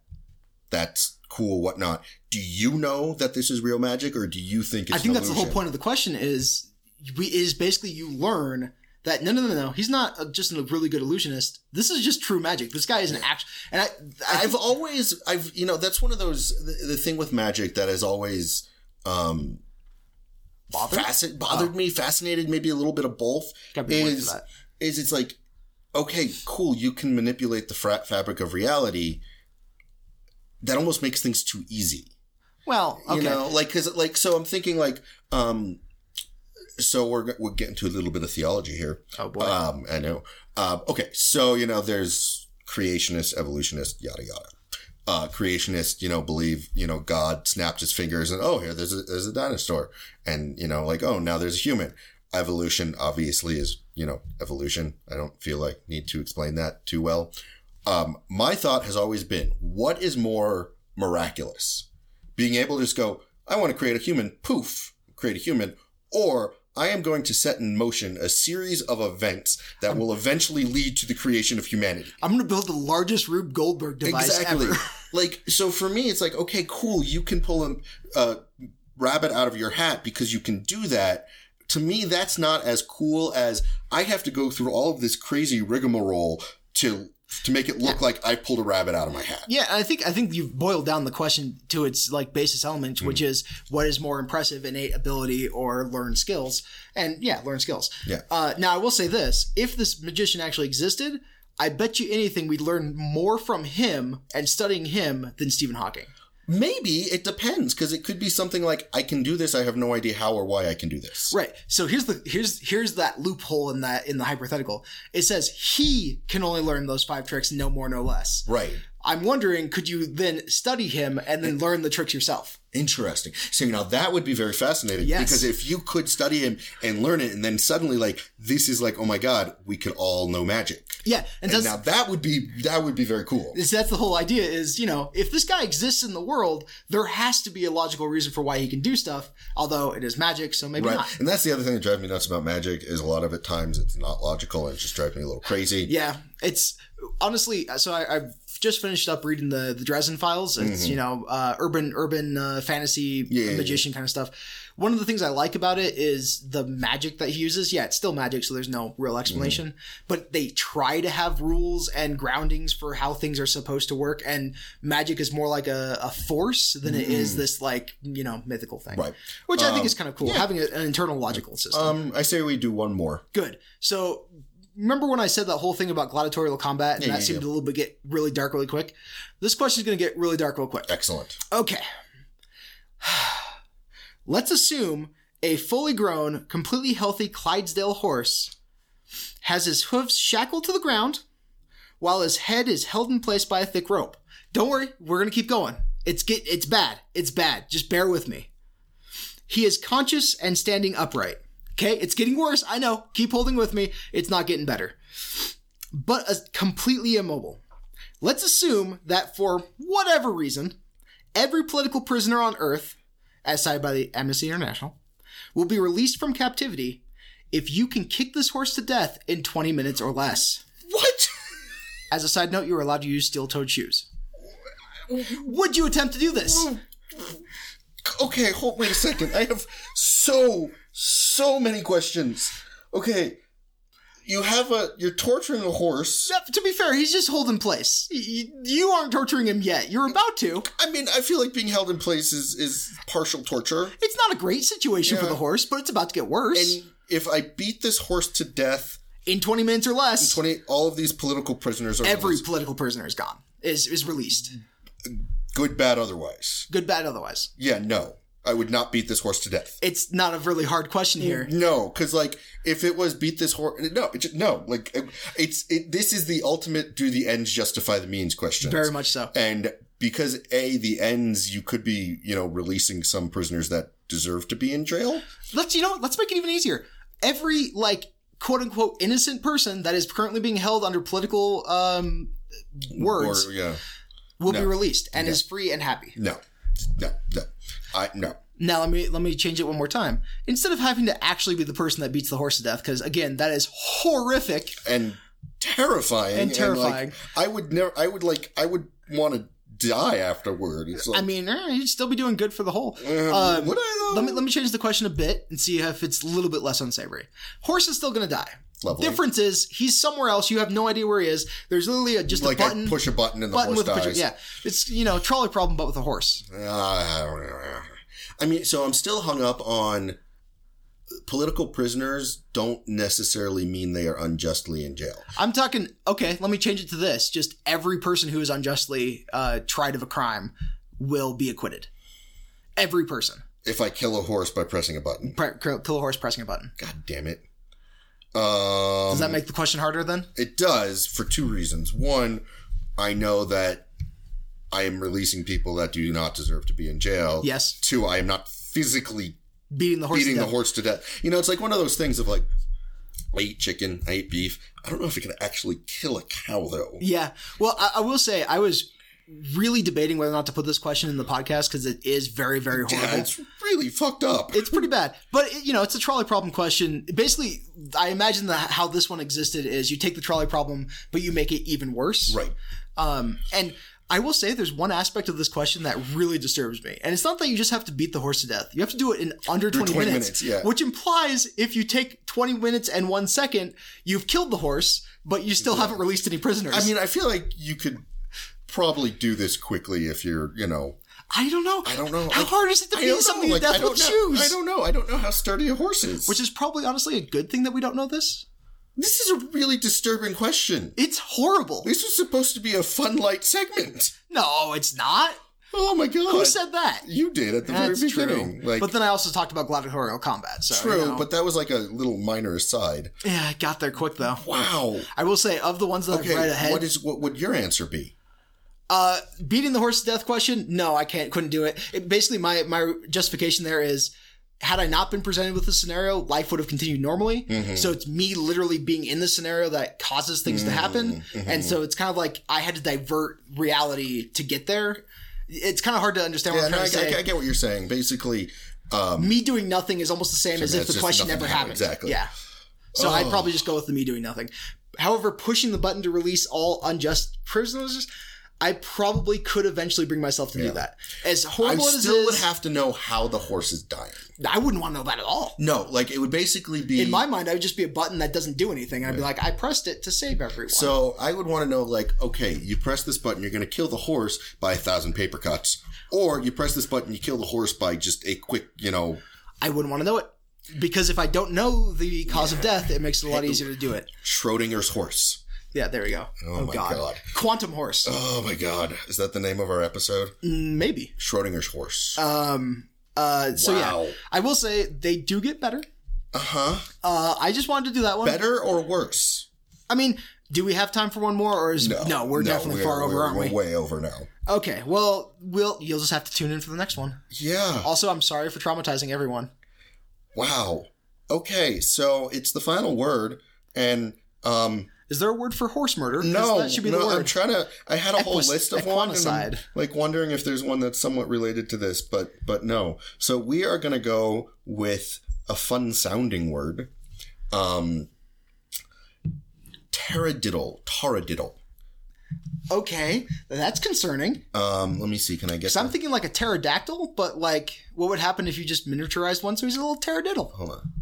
Speaker 2: that's cool whatnot do you know that this is real magic or do you think it's
Speaker 1: I think
Speaker 2: an
Speaker 1: that's the whole
Speaker 2: illusion?
Speaker 1: point of the question is we is basically you learn that no no no no he's not uh just a really good illusionist. This is just true magic. This guy is an act and I, I
Speaker 2: i've always i've you know that's one of those the, the thing with magic that has always um bothered, bothered me fascinated maybe a little bit of both
Speaker 1: Gotta be more into
Speaker 2: is
Speaker 1: that.
Speaker 2: is it's like okay cool you can manipulate the fra- fabric of reality that almost makes things too easy
Speaker 1: well okay
Speaker 2: you know like because like so i'm thinking like um so we're g- we're getting to a little bit of theology here
Speaker 1: Oh, boy.
Speaker 2: um i know um okay so you know there's creationist evolutionist yada yada uh creationists you know believe you know god snapped his fingers and oh here there's a there's a dinosaur and you know like oh now there's a human evolution obviously is you know evolution i don't feel like need to explain that too well um my thought has always been what is more miraculous being able to just go, I want to create a human, poof, create a human, or I am going to set in motion a series of events that will eventually lead to the creation of humanity.
Speaker 1: I'm gonna build the largest Rube Goldberg device
Speaker 2: Exactly.
Speaker 1: ever.
Speaker 2: like, so for me, it's like, okay, cool, you can pull a uh, rabbit out of your hat because you can do that. To me, that's not as cool as I have to go through all of this crazy rigmarole to to make it look like I pulled a rabbit out of my hat.
Speaker 1: Yeah, I think I think you've boiled down the question to its like basis element, which is what is more impressive, innate ability or learned skills? And yeah, learned skills.
Speaker 2: Yeah.
Speaker 1: Uh, now I will say this: if this magician actually existed, I bet you anything we'd learn more from him and studying him than Stephen Hawking.
Speaker 2: Maybe it depends because it could be something like I can do this. I have no idea how or why I can do this.
Speaker 1: Right. So here's the here's here's that loophole in that in the hypothetical. It says he can only learn those five tricks, no more, no less.
Speaker 2: Right.
Speaker 1: I'm wondering, could you then study him and then learn the tricks yourself?
Speaker 2: Interesting. So now that would be very fascinating
Speaker 1: Yes.
Speaker 2: because if you could study him and learn it, and then suddenly like this is like oh my god, we could all know magic.
Speaker 1: Yeah, and,
Speaker 2: And
Speaker 1: that's
Speaker 2: now that would be that would be very cool.
Speaker 1: is- that's the whole idea. Is you know, if this guy exists in the world, there has to be a logical reason for why he can do stuff. Although it is magic, so maybe
Speaker 2: Right.
Speaker 1: not.
Speaker 2: And that's the other thing that drives me nuts about magic is a lot of it times it's not logical and it just drives me a little crazy.
Speaker 1: Yeah, it's honestly. uh, So I, I just finished up reading the the Dresden Files. It's you know uh, urban urban uh, fantasy
Speaker 2: Mm-hmm. Yeah, yeah, yeah.
Speaker 1: magician kind of stuff. One of the things I like about it is the magic that he uses. Yeah, it's still magic, so there's no
Speaker 2: Mm-hmm.
Speaker 1: real explanation. But they try to have rules and groundings for how things are supposed to work. And magic is more like a, a force than it is this like you know mythical thing,
Speaker 2: Mm-hmm. Right.
Speaker 1: Which I think is kind of cool, having a, an internal logical system.
Speaker 2: Um, I say we do one more.
Speaker 1: Good. So remember when I said that whole thing about gladiatorial combat and
Speaker 2: Yeah,
Speaker 1: that
Speaker 2: yeah,
Speaker 1: seemed
Speaker 2: yeah.
Speaker 1: a little bit get really dark really quick? This question is going to get really dark real quick.
Speaker 2: Excellent.
Speaker 1: Okay. *sighs* Let's assume a fully grown, completely healthy Clydesdale horse has his hooves shackled to the ground while his head is held in place by a thick rope. Don't worry, we're going to keep going. It's get it's bad. It's bad. Just bear with me. He is conscious and standing upright. Okay, it's getting worse. I know. Keep holding with me. It's not getting better. But uh, completely immobile. Let's assume that for whatever reason, every political prisoner on Earth, as cited by the Amnesty International, will be released from captivity if you can kick this horse to death in 20 minutes or less.
Speaker 2: What?
Speaker 1: As a side note, you are allowed to use steel-toed shoes. Would you attempt to do this?
Speaker 2: okay, hold wait a second. I have so so many questions. Okay, you have a you're torturing a horse.
Speaker 1: Uh, To be fair, he's just holding place. Y- y- You aren't torturing him yet. You're about to.
Speaker 2: I mean, I feel like being held in place is is partial torture.
Speaker 1: It's not a great situation for
Speaker 2: Yeah.
Speaker 1: the horse, but it's about to get worse.
Speaker 2: And if I beat this horse to death,
Speaker 1: in 20 minutes or less,
Speaker 2: twenty all of these political prisoners are
Speaker 1: every
Speaker 2: released.
Speaker 1: political prisoner is gone, is, is released.
Speaker 2: good, bad, otherwise.
Speaker 1: Good, bad, otherwise.
Speaker 2: Yeah, no, I would not beat this horse to death.
Speaker 1: It's not a really hard question here.
Speaker 2: No, because like if it was beat this horse, no, it, ju- no, like it- it's it, this is the ultimate do the ends justify the means question.
Speaker 1: Very much so.
Speaker 2: And because A, the ends, you could be, you know, releasing some prisoners that deserve to be in jail.
Speaker 1: Let's you know what? Let's make it even easier. Every like quote unquote innocent person that is currently being held under political um words
Speaker 2: Or, yeah.
Speaker 1: will
Speaker 2: no.
Speaker 1: be released and is free and happy.
Speaker 2: No. No. No. I, no.
Speaker 1: Now let me let me change it one more time. Instead of having to actually be the person that beats the horse to death, because again, that is horrific.
Speaker 2: And terrifying.
Speaker 1: And terrifying.
Speaker 2: like, I would never, I would like, I would want to die afterward. It's like,
Speaker 1: I mean, eh, you'd still be doing good for the whole.
Speaker 2: um,
Speaker 1: Um,
Speaker 2: would I though?
Speaker 1: let me let me change the question a bit and see if it's a little bit less unsavory. Horse is still gonna die.
Speaker 2: Lovely.
Speaker 1: Difference is he's somewhere else. You have no idea where he is. There's literally a, just
Speaker 2: like
Speaker 1: a button.
Speaker 2: I push a button and the
Speaker 1: button
Speaker 2: horse
Speaker 1: with a
Speaker 2: dies.
Speaker 1: picture. Yeah, it's you know trolley problem, but with a horse.
Speaker 2: Uh, I mean, so I'm still hung up on uh, political prisoners don't necessarily mean they are unjustly in jail.
Speaker 1: I'm talking. Okay, let me change it to this: just every person who is unjustly uh, tried of a crime will be acquitted. Every person.
Speaker 2: If I kill a horse by pressing a button,
Speaker 1: Pre- kill kill a horse pressing a button.
Speaker 2: god damn it. Um,
Speaker 1: Does that make the question harder then?
Speaker 2: it does for two reasons. One, I know that I am releasing people that do not deserve to be in jail.
Speaker 1: Yes.
Speaker 2: Two, I am not physically
Speaker 1: Beating the horse.
Speaker 2: beating
Speaker 1: to
Speaker 2: the
Speaker 1: death.
Speaker 2: horse to death. You know, it's like one of those things of like, I eat chicken, I eat beef. I don't know if I can actually kill a cow though.
Speaker 1: Yeah. Well, I, I will say I was really debating whether or not to put this question in the podcast because it is very, very horrible.
Speaker 2: Yeah, it's really fucked up.
Speaker 1: it's pretty bad. But it, you know, it's a trolley problem question. Basically, I imagine that how this one existed is you take the trolley problem, but you make it even worse.
Speaker 2: right.
Speaker 1: Um, and I will say there's one aspect of this question that really disturbs me. And it's not that you just have to beat the horse to death. You have to do it in under 20,
Speaker 2: 20
Speaker 1: minutes,
Speaker 2: minutes, yeah.
Speaker 1: which implies if you take 20 minutes and one second, you've killed the horse, but you still haven't released any prisoners.
Speaker 2: I mean, I feel like you could probably do this quickly if you're, you know,
Speaker 1: I don't know.
Speaker 2: I don't know.
Speaker 1: How
Speaker 2: I-
Speaker 1: hard is it to
Speaker 2: I
Speaker 1: beat
Speaker 2: don't
Speaker 1: somebody
Speaker 2: know.
Speaker 1: to
Speaker 2: Like, I
Speaker 1: death
Speaker 2: don't
Speaker 1: with
Speaker 2: know.
Speaker 1: shoes?
Speaker 2: I don't know. I don't know how sturdy a horse is.
Speaker 1: Which is probably honestly a good thing that we don't know this.
Speaker 2: this is a really disturbing question.
Speaker 1: It's horrible.
Speaker 2: This was supposed to be a fun light segment.
Speaker 1: No, it's not.
Speaker 2: Oh my god!
Speaker 1: Who said that?
Speaker 2: you did at the
Speaker 1: That's
Speaker 2: very
Speaker 1: true.
Speaker 2: beginning? Like
Speaker 1: but then I also talked about gladiatorial combat. So,
Speaker 2: true,
Speaker 1: You know.
Speaker 2: but that was like a little minor aside.
Speaker 1: yeah, I got there quick though.
Speaker 2: Wow.
Speaker 1: I will say of the ones that
Speaker 2: Okay,
Speaker 1: I've read ahead,
Speaker 2: what is what would your answer be?
Speaker 1: uh, beating the horse to death question. No, I can't. Couldn't do it. it. Basically, my my justification there is. Had I not been presented with this scenario, life would have continued normally.
Speaker 2: Mm-hmm.
Speaker 1: So it's me literally being in the scenario that causes things to happen.
Speaker 2: Mm-hmm.
Speaker 1: And so it's kind of like I had to divert reality to get there. It's kind of hard to understand what
Speaker 2: Yeah,
Speaker 1: I'm
Speaker 2: no, I,
Speaker 1: trying to say.
Speaker 2: I- I get what you're saying. Basically,
Speaker 1: me doing nothing is almost the same as
Speaker 2: Sure,
Speaker 1: if
Speaker 2: that's
Speaker 1: the
Speaker 2: just
Speaker 1: question
Speaker 2: nothing
Speaker 1: never happened.
Speaker 2: happened. Exactly. Oh.
Speaker 1: Yeah. So I'd probably just go with the me doing nothing. However, pushing the button to release all unjust prisoners, I probably could eventually bring myself to do
Speaker 2: Yeah.
Speaker 1: that. As
Speaker 2: I
Speaker 1: horrible as it
Speaker 2: still would
Speaker 1: is,
Speaker 2: have to know how the horse is dying.
Speaker 1: I wouldn't want to know that at all.
Speaker 2: No, like it would basically be
Speaker 1: In my mind, I would just be a button that doesn't do anything, and I'd be like, I pressed it to save everyone.
Speaker 2: So I would want to know, like, okay, you press this button, you're going to kill the horse by a thousand paper cuts, or you press this button, you kill the horse by just a quick, you know,
Speaker 1: I wouldn't want to know it because if I don't know the cause of death, it makes it a lot easier to do it.
Speaker 2: Schrodinger's horse.
Speaker 1: Yeah, there we go.
Speaker 2: Oh my God.
Speaker 1: Quantum horse,
Speaker 2: Oh my god, is that the name of our episode?
Speaker 1: maybe.
Speaker 2: Schrodinger's horse.
Speaker 1: Um. Uh. So
Speaker 2: Wow.
Speaker 1: yeah, I will say they do get better.
Speaker 2: Uh huh.
Speaker 1: Uh. I just wanted to do that one.
Speaker 2: Better or worse?
Speaker 1: I mean, do we have time for one more, or is no? we're definitely far over,
Speaker 2: we're-
Speaker 1: aren't we?
Speaker 2: We're way over now.
Speaker 1: Okay. Well, we'll you'll just have to tune in for the next one.
Speaker 2: Yeah.
Speaker 1: Also, I'm sorry for traumatizing everyone.
Speaker 2: Wow. Okay, so it's the final word, and um,
Speaker 1: Is there a word for horse murder? 'Cause
Speaker 2: no,
Speaker 1: that should be
Speaker 2: no,
Speaker 1: the word.
Speaker 2: I'm trying to. I had a whole
Speaker 1: Equis-
Speaker 2: list of one, and I'm,
Speaker 1: equinocide.
Speaker 2: like wondering if there's one that's somewhat related to this, but but no. So we are gonna go with a fun sounding word, um, pterodiddle, taradiddle.
Speaker 1: okay, that's concerning.
Speaker 2: Um, let me see. Can I get
Speaker 1: So I'm
Speaker 2: something?
Speaker 1: thinking like a pterodactyl, but like, what would happen if you just miniaturized one? So he's a little pterodiddle.
Speaker 2: Hold on.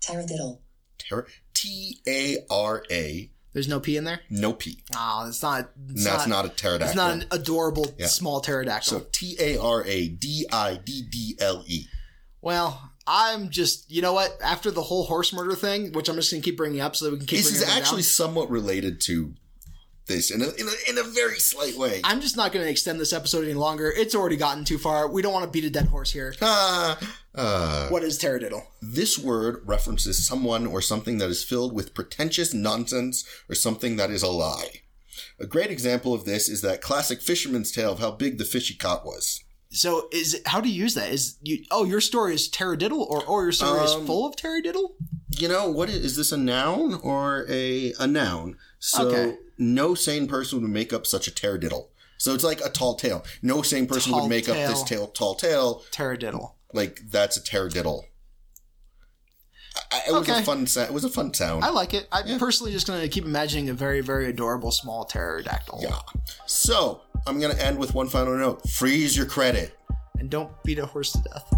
Speaker 4: Taradiddle.
Speaker 2: Ter- T A R A.
Speaker 1: There's no p in there.
Speaker 2: No P.
Speaker 1: Oh, it's not. It's
Speaker 2: That's
Speaker 1: not,
Speaker 2: not, a pterodactyl.
Speaker 1: It's not an adorable
Speaker 2: Yeah.
Speaker 1: small pterodactyl.
Speaker 2: so T A R A D I D D L E.
Speaker 1: well, I'm just, you know what? After the whole horse murder thing, which I'm just gonna keep bringing up, so that we can keep.
Speaker 2: This is
Speaker 1: bringing it
Speaker 2: actually
Speaker 1: down,
Speaker 2: somewhat related to this in a, in a, in a very slight way.
Speaker 1: I'm just not gonna extend this episode any longer. It's already gotten too far. We don't want to beat a dead horse here.
Speaker 2: Ah, ah.
Speaker 1: What is pterodiddle?
Speaker 2: This word references someone or something that is filled with pretentious nonsense or something that is a lie. A great example of this is that classic fisherman's tale of how big the fish he caught was.
Speaker 1: So is how do you use that? Is you? Oh, your story is pterodiddle, or or your story is
Speaker 2: Um,
Speaker 1: full of pterodiddle?
Speaker 2: You know, what is, is this a noun or a, a noun? So
Speaker 1: Okay.
Speaker 2: no sane person would make up such a taradiddle. So it's like a tall tale. No sane person
Speaker 1: Tall
Speaker 2: would make
Speaker 1: tale.
Speaker 2: up this tale, tall tale.
Speaker 1: Pterodiddle.
Speaker 2: Like that's a taradiddle. I, I- it was
Speaker 1: Okay.
Speaker 2: a fun. sa- It was a fun sound.
Speaker 1: I like it. I'm personally just going to keep imagining a very, very adorable small pterodactyl.
Speaker 2: Yeah. So I'm gonna end with one final note. Freeze your credit.
Speaker 1: And don't beat a horse to death.